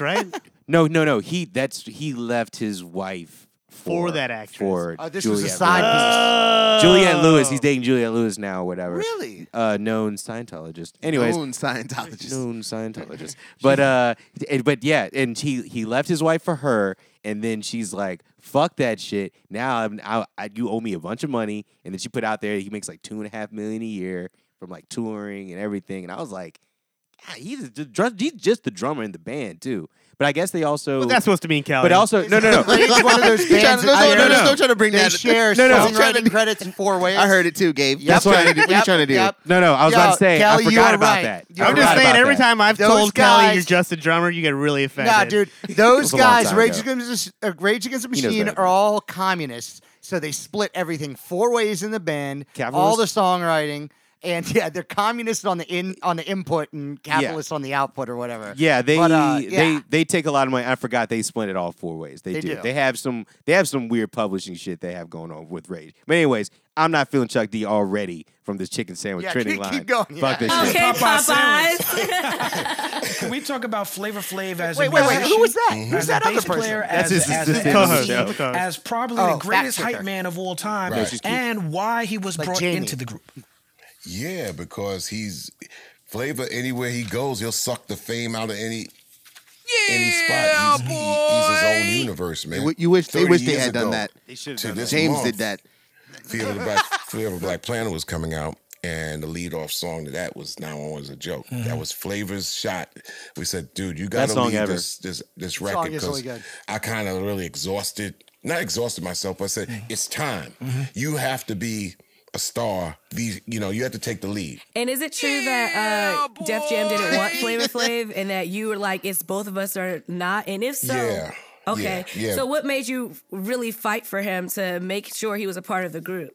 D: right?
A: No, no, no. He that's he left his wife for,
D: For that actress.
A: For
B: Oh, this was a
A: Juliette
B: side
A: Lewis.
D: oh.
B: Uh,
A: Juliette Lewis. He's dating Juliette Lewis now. Whatever.
B: really?
A: Uh, known Scientologist. Anyways,
C: Known Scientologist.
A: known Scientologist. But uh, and- but yeah, and he he left his wife for her, and then she's like, "Fuck that shit." Now I'm, I, I you owe me a bunch of money, and then she put out there he makes like two and a half million a year from like touring and everything, and I was like, God, he's the dr- he's just the drummer in the band too. But I guess they also
D: But that's supposed to mean Kelly.
B: Um,
A: but also no no no.
B: It's one of those
C: He trying
B: bands.
C: to- no,
B: I
C: no,
B: don't
C: no,
B: know.
C: don't try to bring
B: They
C: that.
B: share
A: No, no. He's
C: trying to-
B: songwriting credits in four ways.
C: I heard it too, Gabe.
B: Yep.
C: That's what, I, what you
B: Yep,
C: trying to do.
B: yep.
A: No, no, I was about
B: Yo,
A: to say
B: Kelly,
A: I
B: you
A: forgot
B: are
A: about
B: right.
A: that.
B: You're
A: I
D: I'm
A: forgot
D: just saying.
A: about
D: Every
A: that.
D: time I've
B: Those
D: told Kelly
B: guys-
D: you're just a drummer, you get really offended.
B: Nah, dude, those
A: was a long
B: guys,
A: time
B: Rage
A: ago.
B: Against, the Mach- uh, Rage Against the
A: He knows
B: Machine,
A: that.
B: are all communists, so they split everything four ways in the band, all the
A: Capitalists?
B: songwriting, and yeah, they're communists on the in on the input and capitalists on the output or whatever.
A: Yeah, they
B: But, uh, yeah.
A: they they take a lot of money. I forgot they split it all four ways. They,
B: They
A: do.
B: do.
A: They have some they have some weird publishing shit they have going on with Rage. But anyways, I'm not feeling Chuck D already from this chicken sandwich
B: Yeah,
A: trending
B: keep-
A: line.
B: keep going,
A: Fuck
B: yeah.
A: this shit.
G: Okay,
E: Popeye
G: Popeyes.
E: Can we talk about Flavor Flav as
B: Wait,
E: a
B: wait, wait.
E: musician,
B: Who was that?
E: as
B: Who's
E: a
B: that other
E: bass player,
B: person?
A: That's
E: as,
A: his
E: as,
A: assistant,
E: as,
D: no.
E: as, probably
B: Oh,
E: the greatest
B: fact checker.
E: hype man of all time,
F: Right. she's
A: cute.
E: and why he was
B: Like
E: brought
B: Jamie.
E: into the group.
F: yeah, because he's flavor anywhere he goes, he'll suck the fame out of any any spot. He's, he- he's his own universe, man.
C: You- you wish- they
F: 30
C: wish they
F: years
C: had done
F: ago
C: that.
A: They should
F: To this
C: James
F: month,
C: did that.
F: Fear of the Black, Fear of the Black Planet was coming out, and the lead off song to that was now on was a joke.
C: Mm-hmm.
F: That was Flavor's shot. We said, dude, you gotta
A: song
F: leave
A: ever.
F: this this this
B: song
F: record
B: is really good.
F: I kind of really exhausted, not exhausted myself, but I said
C: Mm-hmm.
F: it's time. You have to be a star. The you know you have to take the lead.
G: And is it true that uh, Def Jam didn't want Flavor Flav and that you were like, it's both of us are not? And if so,
F: Yeah.
G: okay.
F: Yeah. Yeah.
G: So what made you really fight for him to make sure he was a part of the group?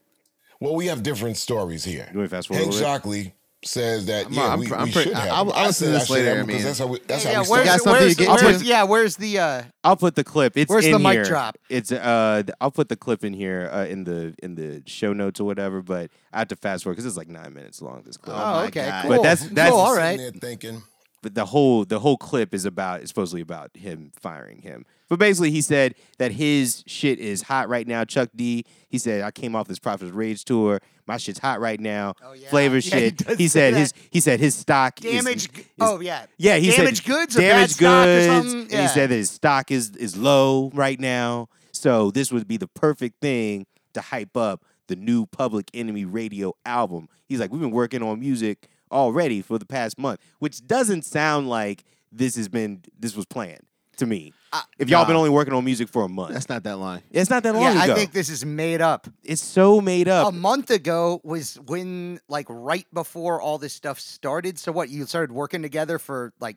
F: Well, we have different stories here.
A: You wanna fast forward
F: Hank
A: a little
F: Shockley says that
C: I'm-
F: yeah,
C: I'm
F: we,
C: pr- I'm
F: we
C: pre-
F: should have.
C: I'll-
F: him.
C: I'll
F: I
C: listen to
F: said I
C: this
F: should
C: later,
F: have
C: I
F: him because
C: mean.
F: that's how we, that's
B: Yeah,
F: how we started.
B: where's,
C: something
B: where's,
C: to get
B: where's,
C: to.
B: yeah, where's the uh,
A: I'll put the clip. It's
B: Where's the
A: in
B: mic
A: here.
B: drop?
A: It's uh, th- I'll put the clip in here uh, in the in the show notes or whatever. But I have to fast forward because it's like nine minutes long. This clip,
B: Oh,
C: my
B: okay,
C: God.
B: cool.
A: But that's- that's-
B: cool, all
F: Sitting
B: right.
F: there thinking.
A: but the whole the whole clip is about is supposedly about him firing him. But basically, he said that his shit is hot right now. Chuck D. He said I came off this Prophet's Rage tour. My shit's hot right now.
B: Oh, yeah.
A: Flavor
B: Yeah, he
A: shit. He,
B: does say
A: said
B: that.
A: his he said his stock is-
B: Damage.
A: Is,
B: oh yeah.
A: yeah. He
B: damage
A: said
B: goods. Or bad
A: damage
B: stock or
A: goods.
B: something?
A: and
B: Yeah.
A: he said that his stock is is low right now. So this would be the perfect thing to hype up the new Public Enemy radio album. He's like, we've been working on music already for the past month, which doesn't sound like this has been this was planned to me. if y'all been only working on music for a month,
C: That's not that long.
A: it's not that long
B: yeah,
A: ago.
B: I think Um, this is made up.
A: it's so made
B: a
A: up.
B: month ago was when like right before all this stuff started. So what you started working together for like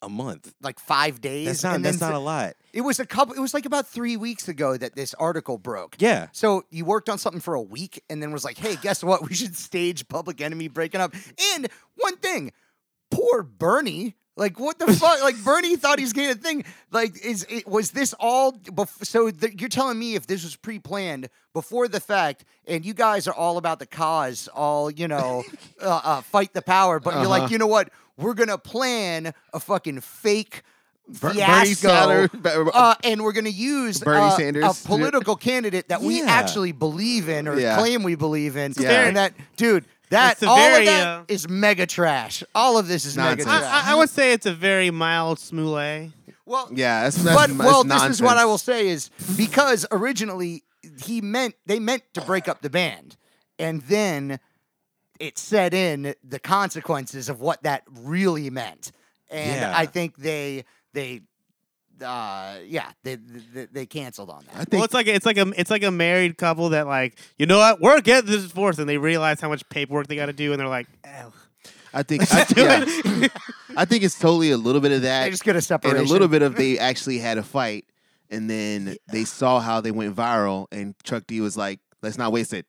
A: a month.
B: like five days.
A: That's not.
B: and
A: That's
B: then
A: not a lot.
B: it was a couple. It was like about three weeks ago that this article broke.
A: Yeah.
B: So you worked on something for a week and then was like, hey, guess what? We should stage Public Enemy breaking up. And one thing, poor Bernie Like what the fuck? Like Bernie thought he was getting a thing. Like is it was this all? Bef- so th- you're telling me if this was pre-planned before the fact, and you guys are all about the cause, all you know, uh, uh, fight the power, but you're
C: Uh-huh.
B: like, you know what? We're gonna plan a fucking fake.
C: Bernie
B: Fiasco,
C: Sanders- Ber-
B: uh, and we're going to use
C: Bernie
B: uh, a
C: Sanders.
B: political candidate that we
A: Yeah.
B: actually believe in or
C: Yeah.
B: claim we believe in,
C: very-
B: and that dude, that
D: It's a
B: all
D: very,
B: of that
D: uh,
B: is mega trash. All of this is
C: Nonsense.
B: mega trash.
D: I, I, I would say it's a very mild Smollett.
B: well,
C: Yeah, that's, that's,
B: but
C: that's
B: well,
C: nonsense.
B: this is what I will say is because originally he meant they meant to break up the band, and then it set in the consequences of what that really meant, and
A: Yeah.
B: I think they they. Uh, yeah, they, they they canceled on that.
C: I think
D: Well, it's like a, it's like a it's like a married couple that like you know what we're getting this divorce and they realize how much paperwork they got to do and they're like, "Oh,
C: I think I, yeah. I think it's totally a little bit of that.
B: They just get a
C: and
B: separation.
C: a little bit of they actually had a fight, and then they saw how they went viral, and Chuck D was like, "Let's not waste it.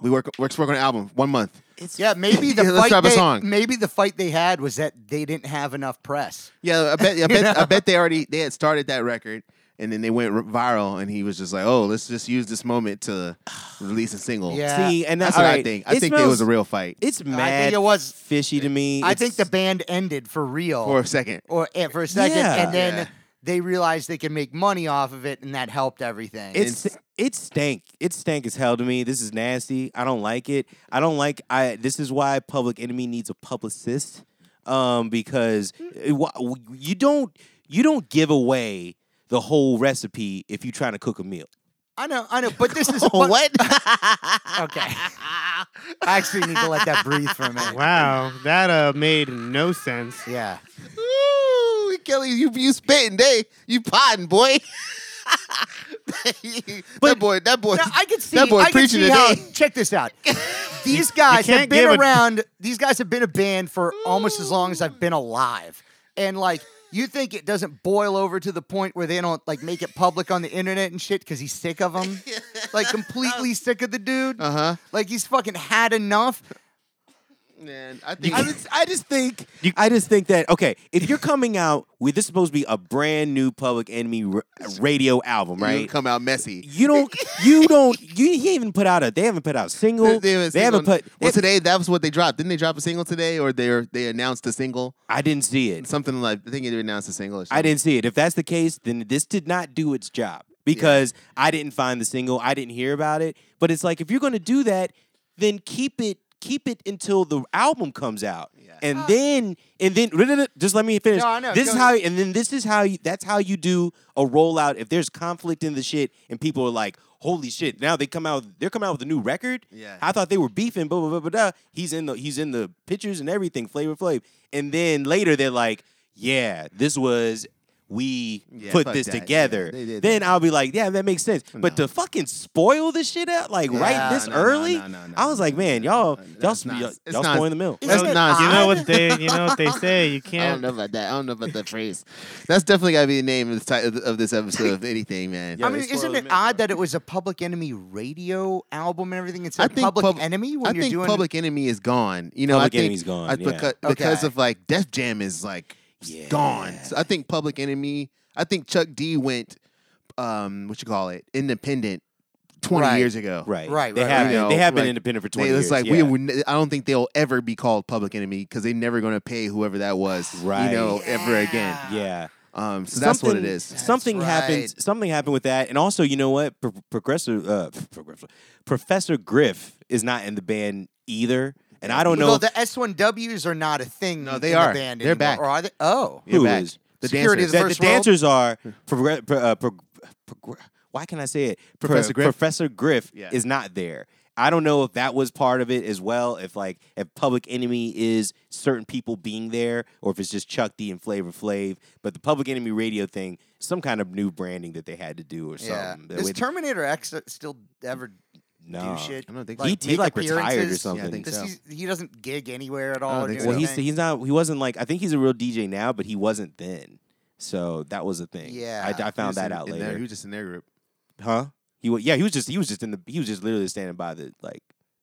C: We work let's work on an album one month.
B: Yeah, maybe the
C: Yeah, let's
B: fight.
C: drop a
B: they,
C: song.
B: Maybe the fight they had was that they didn't have enough press.
C: Yeah, I bet I bet I bet they already they had started that record, and then they went r- viral, and he was just like, "Oh, let's just use this moment to release a single.
B: Yeah.
A: See, and
C: that's
A: all
C: what I
A: right,
C: think. I
A: it
C: think it was
A: smells-
C: a real fight
A: It's mad.
B: it was-
A: fishy to me.
B: I
A: It's-
B: think the band ended for real,
C: for a second.
B: or eh, for a second,
A: Yeah.
B: and then
C: Yeah.
B: they realized they could make money off of it, and that helped everything.
A: It's it stank. It stank as hell to me. This is nasty. I don't like it. I don't like. I. This is why Public Enemy needs a publicist, um, because it, wa- you don't you don't give away the whole recipe if you're trying to cook a meal.
B: I know, I know, but this is but- okay, I actually need to let that breathe for a minute.
D: wow, that uh made no sense."
B: Yeah,
C: Ooh, Kelly, you you spitting, day, you potting, boy. that boy, that boy,
B: Now, I can see.
C: that boy
B: I can
C: preaching
B: see
C: today.
B: how, check this out. These guys have
D: can't
B: been
D: give a-
B: around. these guys have been a band for almost as long as I've been alive, and like. You think it doesn't boil over to the point where they don't like make it public on the internet and shit because he's sick of them, like
C: Uh-huh.
B: completely sick of the dude.
C: Uh huh.
B: Like he's fucking had enough.
C: Man, I think
A: I just, I just think I just think that okay, if you're coming out with this is supposed to be a brand new Public Enemy r- radio album,
C: right.
A: right?
C: come out messy.
A: You don't, you don't, you he haven't put out a. They haven't put out a single. They, haven't put. they-
C: Well, today that was what they dropped. Didn't they drop a single today, or they they announced a single?
A: I didn't see it.
C: Something like I think they announced a single. Or
A: I
C: something.
A: didn't see it. If that's the case, then this did not do its job because I didn't find the single. I didn't hear about it. But it's like if you're going to do that, then keep it keep it until the album comes out. And then and then no, no, no, just let me finish.
B: No, I know.
A: This
B: Go
A: is how and then this is how you that's how you do a rollout if there's conflict in the shit and people are like Holy shit! Now they come out. They're coming out with a new record.
C: Yeah.
A: I thought they were beefing. Blah blah blah blah. blah. He's in the he's in the pictures and everything. Flavor Flav. And then later they're like, yeah, this was we
C: Yeah,
A: put
C: fuck
A: this
C: that. Yeah,
A: together.
C: they did
A: then I'll be like, yeah, that makes sense. But to fucking spoil this shit out like
C: Yeah,
A: right this
C: no, no,
A: early,
C: no, no, no,
A: I was
C: no,
A: like,
C: no,
A: man,
C: no,
A: y'all
C: no, no,
A: y'all
C: that's
A: sp- y'all,
C: nonsense. It's
A: y'all
C: nonsense.
A: spoiling the milk.
C: That's
B: Isn't it
C: nonsense.
D: You know what they you know what they say. You
C: I don't
D: can't.
C: know about that. I don't know about that phrase. That's definitely gotta be the name of the title of this episode of anything, man.
A: Yeah,
B: I mean,
A: they spoiled
B: isn't
A: the
B: it
A: milk,
B: odd
A: bro.
B: that it was a Public Enemy radio album and everything? It's
C: I
B: a
C: think
B: Public
C: Pub-
B: Enemy when
C: I
B: you're
C: think
B: doing
C: Public Enemy is gone. You know,
A: Public
C: I think
A: Enemy's gone,
C: I,
A: yeah.
C: because, because
B: Okay.
C: of like Def Jam is like
A: Yeah.
C: gone. So I think Public Enemy. I think Chuck D went, um, what you call it, independent twenty
B: Right.
C: years ago.
A: Right,
B: Right,
A: They
B: right,
A: have
B: right.
A: been, they have been
C: Like,
A: independent for
C: They-
A: twenty
C: it's
A: years.
C: like we
A: yeah.
C: would n- I don't think they'll ever be called Public Enemy because they're never going to pay whoever that was,
A: Right.
C: you know, ever again.
A: yeah.
C: Um, so that's what it
A: Something-
C: is.
A: Something happens.
B: right.
A: Something happened with that, and also, you know what? Pro- progressive, uh, progressive, Professor Griff is not in the band either, and I don't know.
B: Well,
A: if-
B: the S1Ws are not a thing.
C: No, they
B: in
C: are.
B: The band
C: They're
B: anymore,
C: back.
B: Or are they? Oh,
C: You're
A: Who
C: back.
A: is?
C: the
B: Security
C: dancers?
B: is-
A: that the
B: First World?
A: dancers are
C: Hmm.
A: progre- pro- uh, pro- progr- why can I say it? Pro-
C: Professor Griff?
A: Professor Griff
C: Yeah.
A: is not there. I don't know if that was part of it as well. If like if Public Enemy is certain people being there, or if it's just Chuck D and Flavor Flav. But the Public Enemy radio thing, some kind of new branding that they had to do or
B: yeah.
A: something. That
B: Is
A: way-
B: Terminator X uh, still ever
A: no.
B: do shit?
C: I don't think so.
A: He, he
B: make
A: like retired or
B: appearances?
A: something.
C: think
B: Does
C: so.
B: he, he doesn't gig anywhere at
C: I
B: all.
C: don't
B: Or
C: think
B: do
C: so.
A: Well, he's
B: anything?
A: he's not. He wasn't like. I think he's a real DJ now, but he wasn't then. So that was a thing.
B: Yeah.
A: I, I
C: He
A: found
C: was
A: that
C: in-
A: out
C: in
A: later.
C: Their, he was just in their group.
A: Huh? He was, yeah, he was just he was just in the he was just literally standing by the like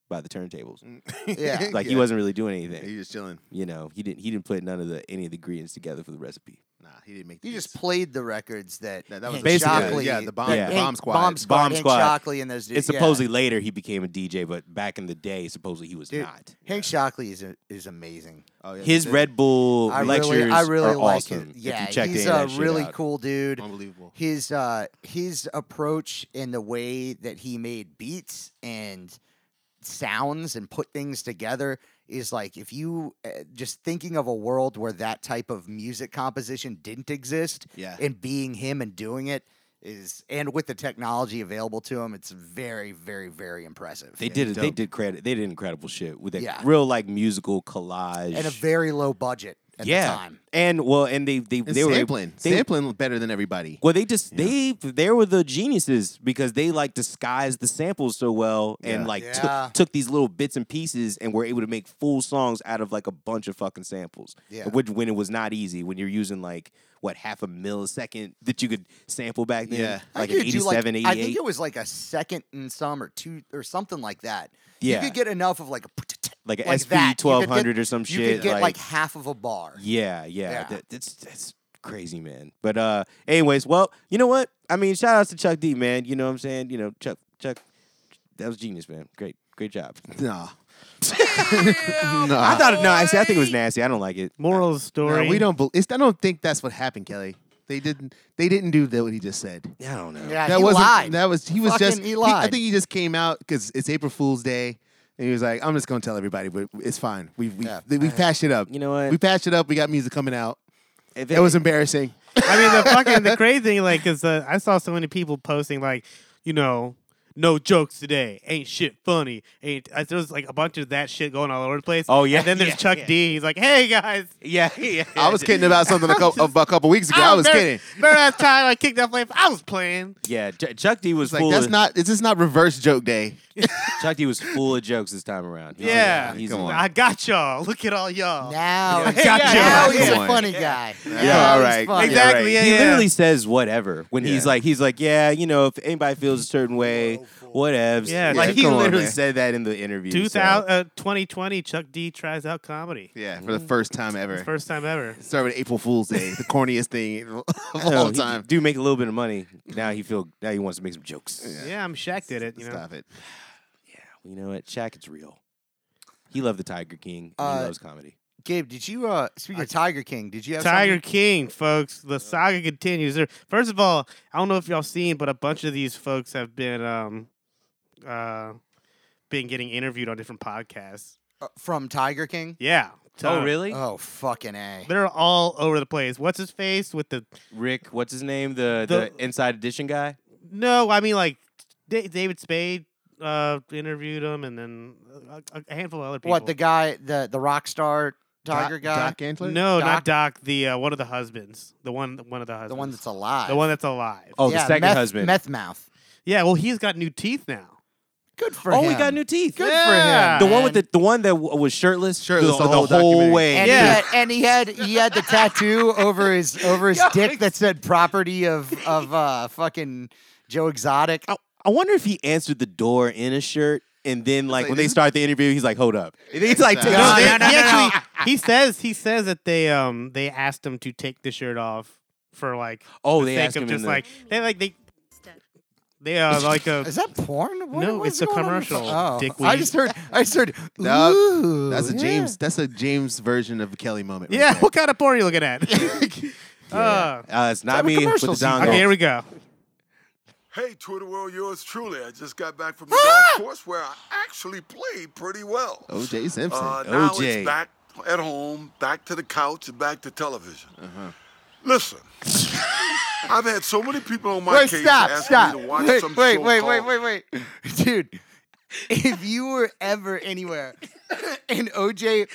A: by the turntables.
B: Mm, Yeah.
A: Like he wasn't really doing anything.
C: He was chilling.
A: you know, he didn't he didn't put none of the any of the ingredients together for the recipe.
C: Nah, he didn't make. The
B: You just
C: beats.
B: played the records that
C: That- that was
B: Hank
A: basically-
B: Shockley,
C: yeah, the bomb-
B: that
A: yeah.
B: Hank-
C: Bomb Squad.
B: bomb squad,
A: Bomb
B: Hank
A: Squad.
B: Shockley and those dudes.
A: It's
B: yeah.
A: supposedly later he became a DJ, but back in the day, supposedly he was
B: Dude,
A: not.
B: Hank Shockley is a, is amazing.
C: Oh, yeah,
A: His
C: that's it.
A: Red Bull
B: I
A: lectures
B: really, I really
A: are
B: like
A: awesome.
B: it. Yeah,
A: if you check
B: he's
A: in,
B: a
A: that shit
B: really
A: out.
B: cool dude.
C: Unbelievable.
B: His uh, his approach and the way that he made beats and sounds and put things together is like if you uh, just thinking of a world where that type of music composition didn't exist.
C: Yeah.
B: and being him and doing it is and with the technology available to him, it's very, very, very impressive.
A: They did it. They
C: dope.
A: did credit. They did incredible shit with that
B: Yeah.
A: real like musical collage
B: and a very low budget at
A: yeah.
B: the time.
A: And well, and they they
C: And
A: they
C: sampling.
A: were they,
C: sampling better than everybody.
A: Well, they just they they were the geniuses because they like disguised the samples so well and
C: Yeah.
A: like
B: Yeah.
A: took took these little bits and pieces and were able to make full songs out of like a bunch of fucking samples.
B: Yeah.
A: Which when it was not easy when you're using like what half a millisecond that you could sample back then.
C: Yeah.
A: Like
B: I
A: an
B: could do,
A: 87,
B: like,
A: 88.
B: I think it was like a second and some or two or something like that.
A: Yeah.
B: You could get enough of like a
A: Like a
B: that. You could get-
A: SV1200 or some
B: You
A: shit,
B: could get like,
A: like-
B: half of a bar.
A: Yeah, yeah.
B: Yeah.
A: That, that's that's crazy, man. But uh anyways, well, you know what? I mean, shout outs to Chuck D, man. You know what I'm saying? You know, Chuck Chuck that was genius, man. Great, great job.
C: Nah.
A: I thought it, no, actually, I think it was nasty. I don't like it.
D: Moral of the story.
C: No, we don't. Bel- it's, I don't think that's what happened, Kelly. They didn't. They didn't do that. What he just said.
A: I don't know.
B: Yeah,
C: that
B: Uh, he
C: wasn't.
B: lied.
C: That was. He was
B: Fucking
C: just.
B: he
C: I
B: lied.
C: think he just came out because it's April Fool's Day, and he was like, "I'm just gonna tell everybody, but it's fine. We we
B: Yeah.
C: we patched it up.
A: You know what?
C: We patched it up. We got music coming out.
A: If
C: It was embarrassing.
D: I mean, the fucking the crazy thing, like, cause uh, I saw so many people posting, like, you know, no jokes today, ain't shit funny, ain't. Uh, there was like a bunch of that shit going all over the place.
A: Oh, yeah,
D: And then there's
A: yeah,
D: Chuck
A: yeah.
D: D. He's like, hey guys,
A: yeah, yeah.
C: I was kidding about something a couple, a couple weeks ago. I was
D: remember-
C: kidding.
D: Remember that time I kicked that flame? I was playing.
A: Yeah, Ch- Chuck D was
C: It's like
A: full.
C: that's
A: of,
C: not. It's just not reverse joke day.
A: Chuck D was full of jokes this time around. He's-
D: yeah,
A: he's
C: come
A: a-
C: on.
D: I got y'all. Look at all y'all.
B: Now,
D: gotcha.
B: now he's
C: Come
B: a
C: on.
B: funny guy. Yeah,
C: all right.
D: Exactly. Yeah,
A: he
D: yeah.
A: literally says whatever when he's
C: Yeah.
A: like he's like yeah you know if anybody feels a certain way whatevs
D: Yeah,
A: like
D: yeah,
A: he
C: come on,
A: literally
C: man.
A: said that in the interview so-
D: 2000, uh, 2020, Chuck D tries out comedy.
C: Yeah, for the
B: Mm-hmm.
C: first time ever.
D: First time ever.
C: Started with April Fool's Day, the corniest thing of
A: I know,
C: all
A: he
C: time.
A: do make a little bit of money now he feel now he wants to make some jokes
D: Yeah, I'm Shaq did it. You know?
C: Stop it.
A: you know what Shaq it's real he loved the Tiger King and
B: Uh,
A: he loves comedy
B: Gabe, did you uh speak of Tiger King? Did you have
D: Tiger King, folks. The saga continues. There- First of all, I don't know if y'all seen, but a bunch of these folks have been um, uh, been getting interviewed on different podcasts.
B: something, uh, from Tiger King?
D: Yeah. So
A: really
B: Oh fucking a!
D: They're all over the place. What's his face with the?
A: Rick what's his name the the,
D: The-
A: Inside Edition guy
D: No, I mean like Da- David Spade uh, interviewed him, and then a, a- a handful of other people.
B: What the guy, the the rock star Tiger
C: Doc-
B: guy,
C: Doc Antler?
D: No,
B: Doc?
D: not Doc. The uh, one of the husbands. The one. One of the husbands.
B: the one that's alive,
D: the one that's alive.
A: oh
B: yeah,
A: the second
B: meth,
A: husband
B: meth mouth.
D: Yeah. Well, he's got new teeth now.
B: Good for
A: oh
B: him.
A: he got new teeth
B: Good
D: Yeah.
B: for
A: the
B: him.
A: one with
B: man.
A: the the one that w- was shirtless
C: Shirtless
A: the,
C: the whole
A: whole
C: documentary.
A: way
B: And,
D: Yeah.
B: he had, and he had he had the tattoo over his over his dick that said property of of uh fucking Joe Exotic.
A: I, I wonder if he answered the door in a shirt, and then like,
C: like,
A: when they
C: is-
A: start the interview, he's like, "Hold up," and he's like,
C: No,
A: "Take
D: No,
A: off
D: they-
A: the-
B: no, no,
D: he
B: no,
D: actually he says he says that they um they asked him to take the shirt off for like
A: Oh,
D: the
A: they
D: sake
A: asked
D: of
A: him in
D: just
A: the-
D: like they like they they are like a
B: Is that porn? What,
D: No,
B: what is
D: it's a
B: going on with-
D: commercial,
B: Oh, I
D: dickweed.
B: just heard. I just heard.
C: No,
B: Ooh,
C: That's a
B: yeah.
C: James. That's a James version of a Kelly moment. right
D: yeah
C: there.
D: what kind of porn are you looking at? uh,
A: Uh, it's not
B: Time for
A: me. Put the
B: commercials.
A: dongle.
D: okay, here we go.
H: Hey, Twitter world, yours truly. I just got back from the
B: Ah!
H: golf course where I actually played pretty well.
C: OJ Simpson.
H: Uh, now
A: OJ.
H: it's back at home, back to the couch, and back to television. Listen, I've had so many people on my
B: Wait,
H: case
B: stop,
H: asking
B: stop.
H: me to watch
B: Wait,
H: some
B: wait,
H: show
B: wait, wait,
H: called-
B: wait, wait, Dude, if you were ever anywhere and OJ,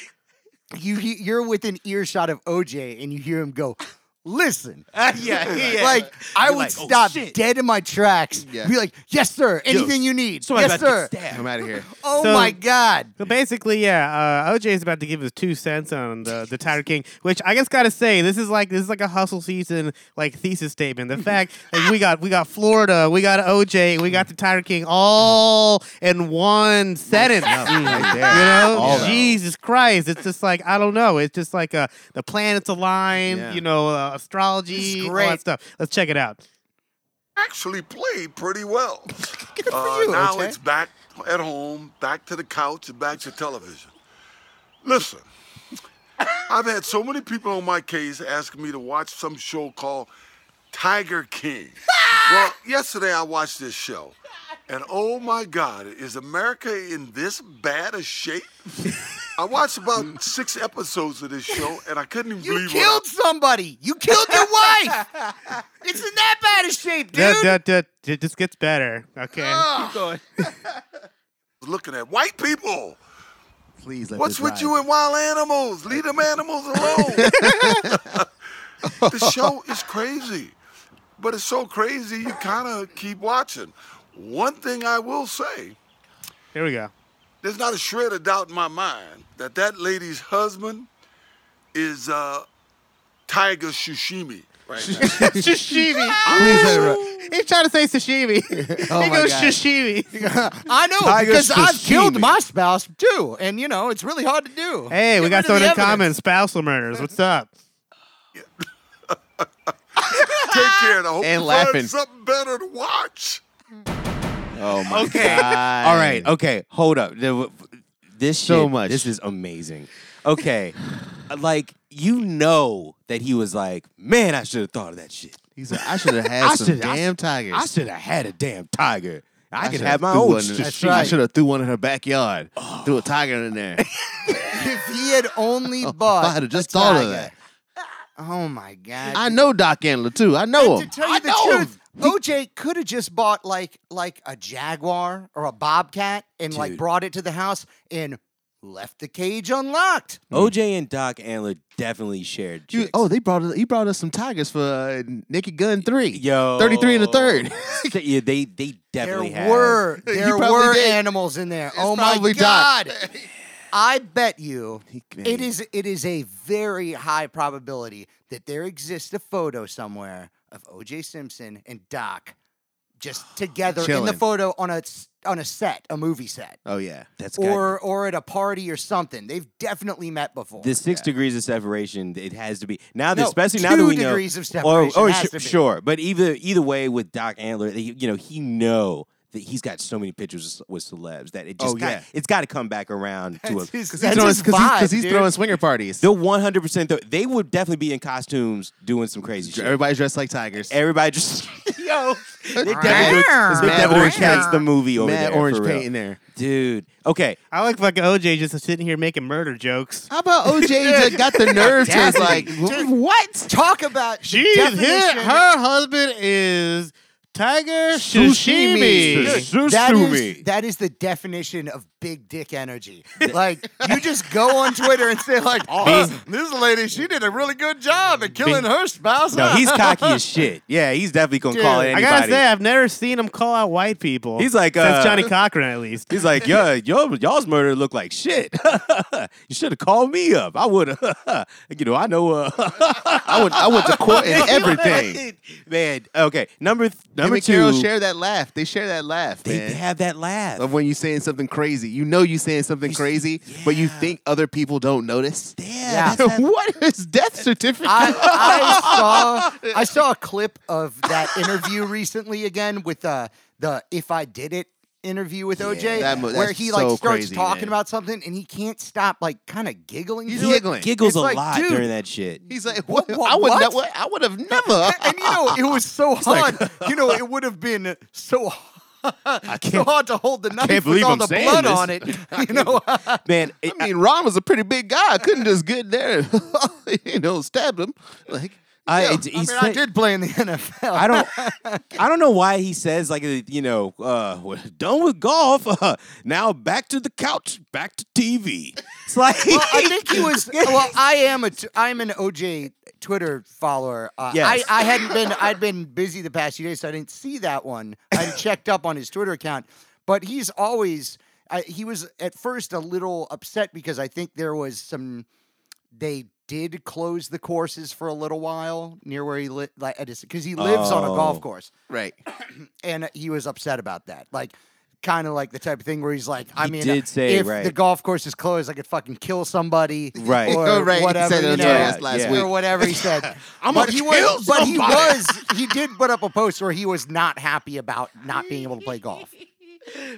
B: you he- you're within earshot of OJ and you hear him go, listen.
A: yeah, yeah.
B: Like I
A: You're
B: would
A: like, "Oh,
B: stop
A: shit."
B: dead in my tracks.
C: Yeah.
B: Be like, yes, sir. Anything you need.
A: Somebody
B: yes,
A: about
B: sir.
A: to get stabbed.
C: I'm out of here.
B: Oh
D: So-
B: my god.
D: So basically, yeah, uh, OJ is about to give his two cents on the, the Tiger King, which I just gotta say, this is like this is like a hustle season like thesis statement. The fact that we got we got Florida, we got OJ, we got the Tiger King all in one sentence. Mm.
C: Right there.
D: You know,
C: All that.
D: Jesus Christ! It's just like I don't know. It's just like uh, the planets align.
C: Yeah.
D: You know, uh, astrology, all that
B: great.
D: stuff. Let's check it out.
H: actually played pretty well.
B: for
H: Uh,
B: you,
H: now
B: OJ.
H: it's back at home, back to the couch, and back to television. Listen, I've had so many people on my case asking me to watch some show called Tiger King. well, yesterday I watched this show. And oh my God, is America in this bad a shape? I watched about six episodes of this show, and I couldn't even
B: You
H: believe what I-
B: killed somebody. You killed your wife. It's in that bad of shape, dude.
D: Duh, duh, duh, duh, this gets better. Okay.
H: was looking at. White people.
C: Please let
H: What's
C: this
H: with
C: ride.
H: you and wild animals? Leave them animals alone. the show is crazy, but it's so crazy you kind of keep watching. One thing I will say
D: Here we go.
H: there's not a shred of doubt in my mind that that lady's husband is uh, Tiger Shushimi.
D: sashimi.
C: Please let it ride.
D: He's trying to say sashimi.
C: Oh
D: he
C: my
D: goes
C: God.
D: sashimi.
B: I know
C: Tiger
B: because I've killed
C: sashimi.
B: my spouse too, and you know it's really hard to do.
D: Hey, we
B: Get
D: got
B: rid of
D: someone
B: the
D: in
B: evidence.
D: common. Spousal murders. What's up?
H: Take care, and I hope
C: And
H: you
C: laughing.
H: find something better to watch.
C: Oh my
D: Okay.
C: God.
A: All right. Okay. Hold up. There w- This shit,
C: So much.
A: This is amazing. Okay. like you know that he was like, man, I should have thought of that shit.
C: He said, I should have
A: I
C: had some
A: shoulda- I
C: damn tigers.
A: I should have had a damn tiger. I, could
C: shoulda
A: have my
C: threw
A: own.
C: one in-
A: shit.
B: That's
C: I
B: right.
C: should have threw one in her backyard. Threw a tiger in there.
B: If he had only bought,
C: I'd have
B: a
C: just thought of
B: tiger.
C: that.
B: Oh my god!
C: I know Doc Antler too. I know
B: And
C: him.
B: to tell you
C: I
B: the
C: know him.
B: truth, OJ could have just bought like like a jaguar or a bobcat and like
A: Dude.
B: brought it to the house and left the cage unlocked.
A: OJ and Doc Antler definitely shared.
C: You-
A: Chicks.
C: oh, they brought us, he brought us some tigers for uh, Naked Gun three.
A: yo,
C: 33 and a third.
A: So, yeah, they they definitely
B: there
A: have.
B: were
C: You
B: there
C: probably
B: were
C: did.
B: animals in there. oh my
C: probably Doc.
B: god! I bet you
C: He-
B: it is it is a very high probability that there exists a photo somewhere of OJ Simpson and Doc just together in
C: Chilling.
B: the photo on a s- on a set, a movie set.
C: Oh yeah.
A: That's got-
B: or or at a party or something. They've definitely met before.
A: The six degrees of separation, it has to be now. That,
B: No,
A: especially now that
B: two
A: we know
B: degrees of
A: Or,
B: separation
A: or
B: has
A: su-
B: to be.
A: Oh, sure, but either either way, with Doc Antler, he, you know he know that he's got so many pictures with celebs that it just
C: Oh,
A: got,
C: yeah.
A: it's got to come back around to a.
B: that's his,
C: Because
B: that's his
C: he's,
B: vibe,
C: 'cause he's
B: dude.
C: throwing swinger parties.
A: They're one hundred percent. They would definitely be in costumes doing some crazy shit.
C: Everybody's dressed like tigers.
A: Everybody just yo, they definitely, they
B: It's
C: mad
A: definitely
C: orange
A: catch
C: paint.
A: the movie over
C: Mad
A: there
C: orange
A: for real.
C: paint in there.
A: dude. Okay,
D: I like fucking OJ just sitting here making murder jokes.
C: How about OJ just got the nerve to it's like
B: what? Talk about
D: She
B: the
D: is
B: definition.
D: here. Her husband is Tiger
B: Dude,
D: Sashimi.
B: that, is, that is the definition of big dick energy. Like you just go on Twitter and say like, oh, this lady, she did a really good job at killing her spouse.
A: no, he's cocky as shit. Yeah, he's definitely gonna call
D: I
A: anybody.
D: gotta say, I've never seen him call out white people.
A: He's like,
D: since
A: uh,
D: Johnny Cochran, at least.
A: He's like, yo, yo, y'all's murder look like shit. you should have called me up. I would have. you know, I know. Uh, I would.
C: I went to court and everything.
A: Man, okay. Number th-
C: Him
A: number
C: and Carol
A: two.
C: share that laugh. They share that laugh.
A: they,
C: man.
A: they have that laugh.
C: of when you're saying something crazy. You know you're saying something crazy, but you think other people don't notice.
A: yeah. that's that-
C: what is death certificate?
B: I, I saw I saw a clip of that interview recently again with uh, the if I did it interview with OJ
C: that mo-
B: where
C: that's
B: he like
C: so
B: starts
C: crazy,
B: talking
C: man.
B: about something and he can't stop like kind of giggling.
C: He's
B: to it.
C: giggling.
A: giggles
B: It's
A: a
B: like,
A: lot
B: dude.
A: during that shit.
C: He's like,
B: What-
C: what?
B: what-
C: I would.
B: what?
C: Not, what? I would have never.
B: And you know, it was so hard. you know, it would have been so I so
A: can't-
B: hard to hold the knife with
C: believe
B: all
C: I'm
B: the
C: saying
B: blood
C: this.
B: on it. You know,
A: Man, it-
C: I mean, Ron was a pretty big guy. I couldn't just get there, and, you know, stab him. Like
A: I,
B: Yeah,
A: it's-
B: I mean,
A: he's
B: I
A: thi-
B: did play in the NFL.
A: I don't. I don't know why he says like uh, you know, uh, we're done with golf. Uh, now back to the couch, back to TV. It's like
B: well, I think he was. Well, I am a. T- I'm an OJ Twitter follower. Uh,
A: Yes.
B: I, I hadn't been. I'd been busy the past few days, so I didn't see that one. I hadn't checked up on his Twitter account, but he's always. I, he was at first a little upset because I think there was some. They did close the courses for a little while near where he lived, like because he lives on a
A: Oh.
B: golf course,
C: Right.
B: and he was upset about that. Like, kind of like the type of thing where he's like, I
A: He
B: mean,
A: did say,
B: if the
A: right.
B: golf course is closed, I could fucking kill somebody,
A: Right.
B: Or
C: Oh, right. He
B: whatever,
C: said it
B: you
C: on
B: know,
A: Jackass last Yeah. week.
B: or whatever he said.
C: I'm
B: but
C: gonna
B: he
C: kill
B: was, but he
C: somebody.
B: was, he did put up a post where he was not happy about not being able to play golf.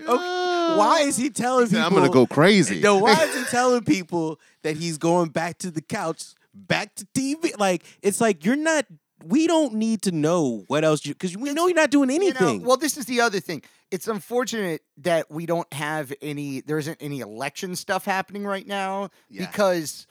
A: why is he telling people?
C: I'm gonna go crazy.
A: No, why is he telling people that he's going back to the couch, back to TV? Like it's like you're not. We don't need to know what else you because we know you're not doing
B: You know,
A: anything.
B: well, this is the other thing. It's unfortunate that we don't have any. There isn't any election stuff happening right now
C: Yeah.
B: because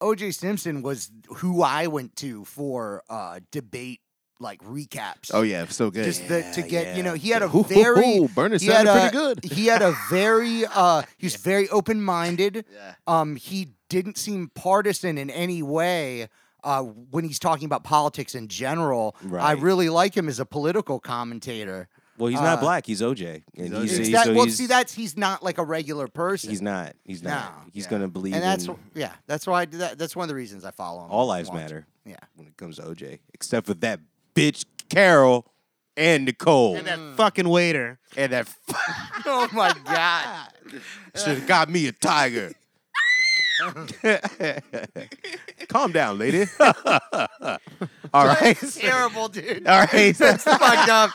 B: OJ Simpson was who I went to for uh, debate like recaps.
C: Oh yeah, so good.
B: just the, to
A: Yeah,
B: get
A: yeah.
B: you know he had a
C: Ooh,
B: very
C: Bernie
B: he had
C: sounded
B: a,
C: pretty good.
B: he had a very uh he's very open minded
C: Yeah.
B: um he didn't seem partisan in any way uh when he's talking about politics in general i
A: Right.
B: really like him as a political commentator
A: Well, he's not
B: Uh,
A: black. He's OJ, and he's,
C: OJ.
A: he's,
B: It's that,
A: Oh, so
B: well
A: he's,
B: see that's he's not like a regular person
A: he's not. He's not.
B: No,
A: he's
C: yeah.
A: gonna believe.
B: and that's
A: in
B: yeah that's why i did that that's one of the reasons i follow him
A: all lives
B: Watch.
A: matter
B: yeah
A: when it comes to OJ, except for that bitch Carol and Nicole and that,
D: Fucking waiter.
A: and that
B: oh my god
A: should have got me a tiger. Calm down, lady. all right.
B: terrible dude
A: All right.
B: fucked up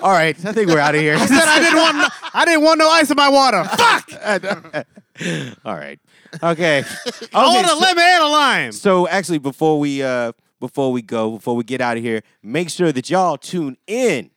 A: All right. I think we're out of here.
D: Said I didn't want. No, I didn't want no ice in my water. Fuck.
A: all right. Okay.
D: I
A: Okay,
D: want a
A: so-
D: lemon and a lime.
A: So actually, before we uh before we go, before we get out of here, make sure that y'all tune in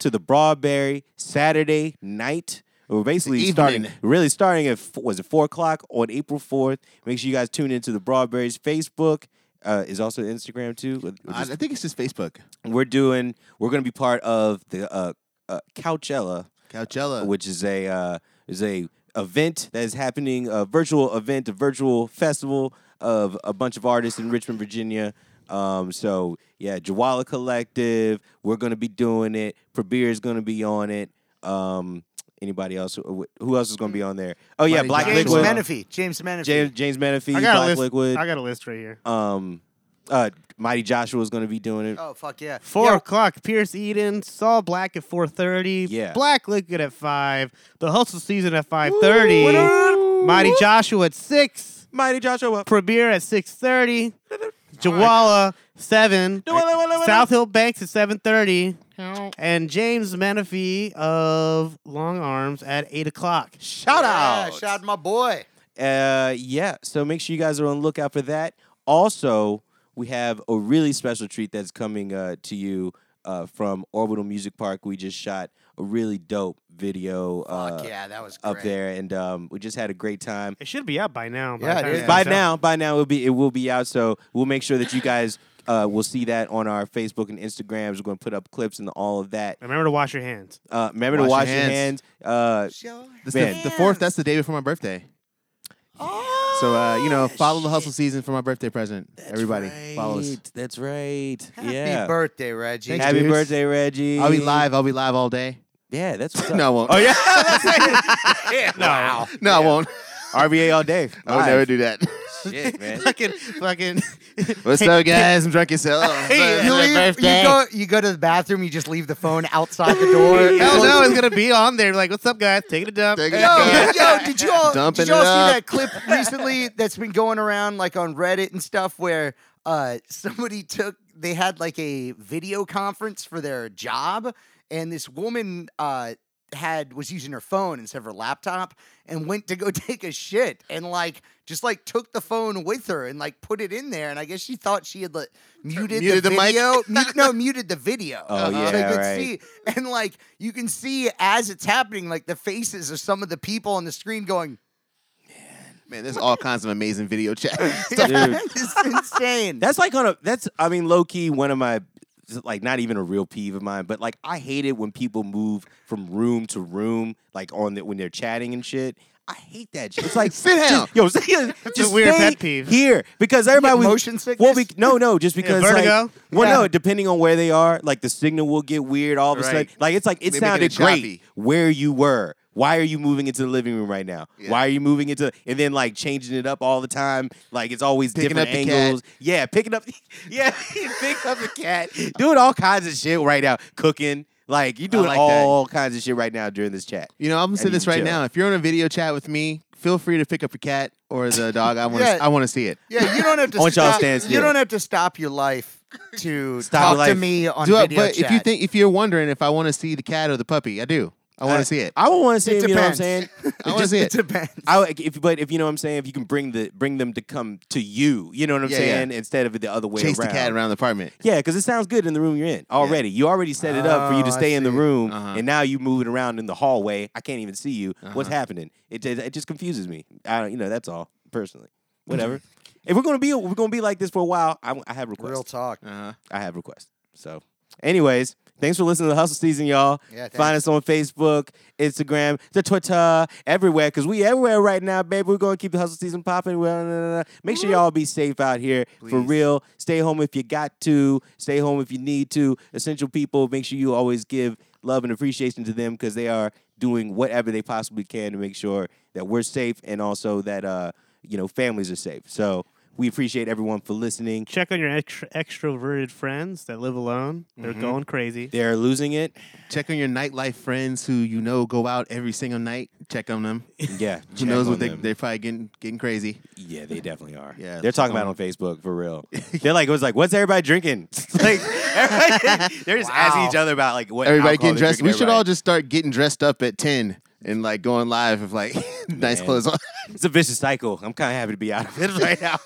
A: to the Broadberry Saturday night. We're basically
C: The
A: starting,
C: evening.
A: really starting at f- was it four o'clock on April fourth. Make sure you guys tune into the Broadberry's Facebook. Uh, is also Instagram too. We're
C: I, I
A: just-
C: think it's just Facebook.
A: We're doing. We're going to be part of the uh, uh, Couchella
C: Couchella.
A: which is a uh, is a event that is happening a virtual event, a virtual festival of a bunch of artists in Richmond, Virginia. Um, so yeah, Jawala Collective, we're gonna be doing it. Prabir is gonna be on it. Um, anybody else? Who who else is gonna be on there? Oh yeah, Black
B: james
A: Liquid,
B: menifee james menifee
A: James James Menifee,
D: I got a
A: Black
D: list.
A: Liquid.
D: I got a list right here.
A: um, uh, Mighty Joshua is gonna be doing it.
B: oh fuck yeah
D: Four
B: Yeah,
D: o'clock. Pierce Eden. Saul Black at four thirty.
A: Yeah.
D: Black Liquid at five. The Hustle Season at five thirty. Mighty Joshua at six.
A: Mighty Joshua.
D: Prabir at six thirty. Jawala seven. South Hill Banks at seven thirty. And James Menifee of Long Arms at eight o'clock.
A: Shout
B: yeah,
A: out.
B: shout my boy
A: Uh, yeah. So make sure you guys are on the lookout for that. Also, we have a really special treat that's coming uh, to you uh, from Orbital Music Park. We just shot a really dope video uh,
B: Fuck yeah, that was great.
A: up there, and um, we just had a great time.
D: It should be out by now. by
B: Yeah,
D: the
B: it
D: time
B: is.
D: this
A: By
D: comes out.
A: now, by now it'll be it will be out. So we'll make sure that you guys uh, will see that on our Facebook and Instagrams. We're going to put up clips and all of that.
D: Remember to wash your hands.
A: Uh, remember to wash your hands. Uh,
C: That's
A: Man.
C: the, the fourth. That's the day before my birthday. So uh, you know, follow the hustle season for my birthday present. Everybody, follow us.
A: right, That's right.
B: Happy
A: yeah.
B: birthday, Reggie.
C: Thanks,
A: Happy
C: dudes.
A: birthday, Reggie.
C: I'll be live. I'll be live all day.
A: Yeah, that's what's
C: No, I
A: up.
C: won't.
A: Oh yeah,
D: No.
C: No, I won't.
A: RBA all day.
C: I would never do that.
A: Shit, man.
D: fucking, fucking.
C: What's up, guys? I'm drunk as hell. It's
B: You,
C: my
B: leave- you
C: birthday.
B: go, you go to the bathroom, you just leave the phone outside the door.
D: Hell no, it's gonna be on there. Like, what's up, guys? Taking a dump.
C: Take a
B: Yo,
C: dump.
B: yo, did you all,
C: Dumping
B: did you all
C: it
B: see
C: up.
B: that clip recently that's been going around like on Reddit and stuff where uh, somebody took they had like a video conference for their job and this woman uh, had was using her phone instead of her laptop and went to go take a shit and like just like took the phone with her and like put it in there and I guess she thought she had like muted,
C: Muted
B: the,
C: the mic.
B: video mute, no muted the video
A: Oh,
B: Uh-huh. So you
A: yeah,
B: could
A: right.
B: see and like you can see as it's happening, like the faces of some of the people on the screen going,
C: Man, there's all kinds of amazing video chat. stuff.
A: Dude,
B: it's insane.
A: that's like on a that's I mean low key one of my like not even a real peeve of mine, but like I hate it when people move from room to room, like on the, when they're chatting and shit. I hate that shit. It's like
C: Sit
A: just-
C: down.
A: yo. Just, just
D: weird
A: stay
D: pet peeve.
A: here because everybody
B: have
A: was-
B: motion
A: Well,
B: sickness?
A: be, no, no, just because like-
D: vertigo?
A: well, no,
B: Yeah.
A: depending on where they are, like the signal will get weird all of a
C: Right.
A: sudden. Like it's like it
C: They making
A: sounded
C: it
A: great
C: choppy.
A: where you were. Why are you moving into the living room right now?
C: Yeah.
A: Why are you moving into and then like changing it up all the time? Like it's always
C: Picking
A: different
C: up the cat.
A: angles. Yeah, picking up Yeah, pick up the cat. Doing all kinds of shit right now. Cooking. Like you doing
C: like that.
A: all kinds of shit right now during this chat.
C: You know, I'm gonna say
A: And you
C: this right
A: chill.
C: now. If you're on a video chat with me, feel free to pick up a cat or the dog. I want to.
B: Yeah.
C: I want to see it.
B: Yeah, you don't have to
A: I want y'all to
B: stop.
A: stand
B: You
A: still.
B: don't have to stop your life to
A: Stop
B: talk
A: your
B: to
A: life.
B: me on
C: Do I-
B: video
C: but
B: chat.
C: if you think, if you're wondering if I want to see the cat or the puppy, I do. I
B: Uh,
C: want to see it. I,
A: I would want to see
B: It
A: him, you know what I'm saying?
B: depends.
C: want to see
B: it
C: it.
B: depends.
A: I would- if but if you know what I'm saying, if you can bring the bring them to come to you, you know what I'm
C: Yeah, yeah.
A: saying, instead of it the other way
C: Chase
A: around.
C: the cat around the apartment.
A: Yeah, because it sounds good in the room you're in already. You already set it up for you
B: Oh,
A: to
B: I
A: stay in the
B: see.
A: room,
C: Uh-huh.
A: and now you moving around in the hallway. I can't even see you. What's
B: Uh-huh.
A: happening? It ju- it just confuses me. I don't, you know, that's all personally.
B: Mm-hmm.
A: Whatever. if we're gonna be we're gonna be like this for a while, I, I have requests.
B: Real talk.
C: Uh-huh.
A: I have requests. So, anyways, thanks for listening to Hustle Season, y'all.
B: Yeah, thanks.
A: Find us on Facebook, Instagram, the Twitter, everywhere, because we everywhere right now, baby. We're going to keep the Hustle Season popping. Well, nah, nah, nah. Make sure y'all be safe out here, for real. Stay home if you got to. Stay home if you need to. Essential people, make sure you always give love and appreciation to them because they are doing whatever they possibly can to make sure that we're safe and also that, uh, you know, families are safe. So we appreciate everyone for listening.
D: Check on your extra- extroverted friends that live alone. They're going crazy.
A: They're losing it.
C: Check on your nightlife friends who you know go out every single night. Check on them.
A: Yeah,
C: Who
A: check
C: knows
A: on
C: what they,
A: them.
C: they're probably getting getting crazy.
A: Yeah, they definitely are.
C: Yeah,
A: they're talking about it on Facebook for real. They're like, it was like, what's everybody drinking? It's like, everybody, they're just asking each other about like what
C: Everybody
A: alcohol
C: getting
A: they're
C: dressed.
A: drinking,
C: We should all
A: everybody.
C: just start getting dressed up at ten and like going live with like nice
A: Man.
C: clothes on.
A: It's a vicious cycle. I'm kind of happy to be out of it right now.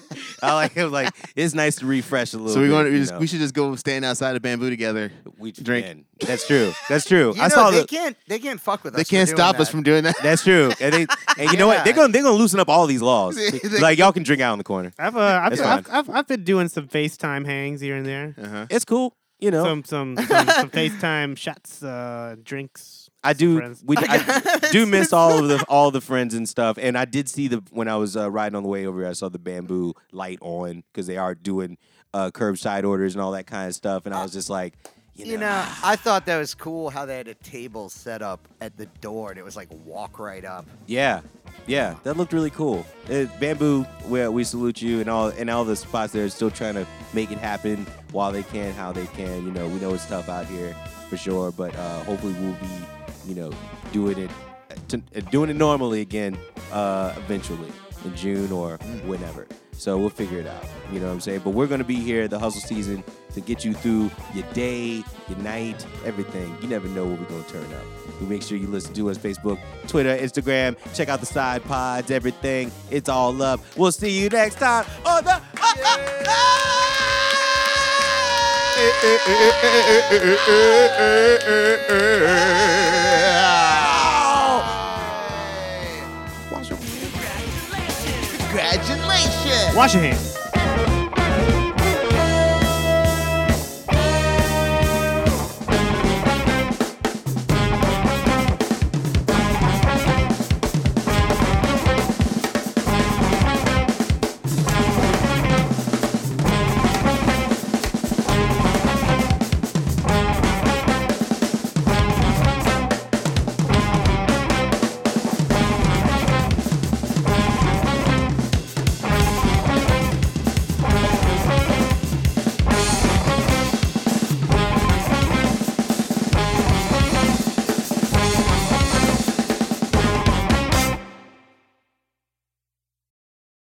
A: I like it. Like it's nice to refresh a little.
C: So we're
A: bit,
C: going. to
A: you
C: we, just,
A: know.
C: we should just go stand outside of bamboo together.
A: we
C: drink.
A: man, That's true. That's true.
B: You
A: I
B: know,
A: saw
B: they
A: the.
B: can't. They can't fuck with
C: They
B: us. for
C: can't
B: doing
C: stop
B: that.
C: us from doing that.
A: That's true. And they, and you know what? They're
B: Yeah.
A: gonna they're gonna loosen up all these laws. like y'all can drink out in the corner.
D: I've, uh, I've,
A: That's
D: I've, I've, I've been doing some FaceTime hangs here and there.
C: Uh-huh.
A: It's cool. You know,
D: Some some some, some FaceTime shots, uh, drinks.
A: I
D: with some
A: do.
D: friends.
A: We, I do miss all of the all the friends and stuff. And I did see the when I was uh, riding on the way over here. I saw the bamboo light on because they are doing uh, curbside orders and all that kind of stuff. And I was just like, you know,
B: You know, I thought that was cool how they had a table set up at the door and it was like walk right up.
A: yeah, yeah, that looked really cool. Uh, bamboo, we, we salute you and all and all the spots that are still trying to make it happen while they can, how they can. You know, we know it's tough out here for sure, but uh, hopefully we'll be, you know, doing it to, uh, doing it normally again uh, eventually in June or whenever. So we'll figure it out. You know what I'm saying? But we're going to be here the hustle season to get you through your day, your night, everything. You never know what we're going to turn up. We make sure you listen to us Facebook, Twitter, Instagram. Check out the side pods, everything. It's all up. We'll see you next time on the.
G: Congratulations.
D: Wash your hands.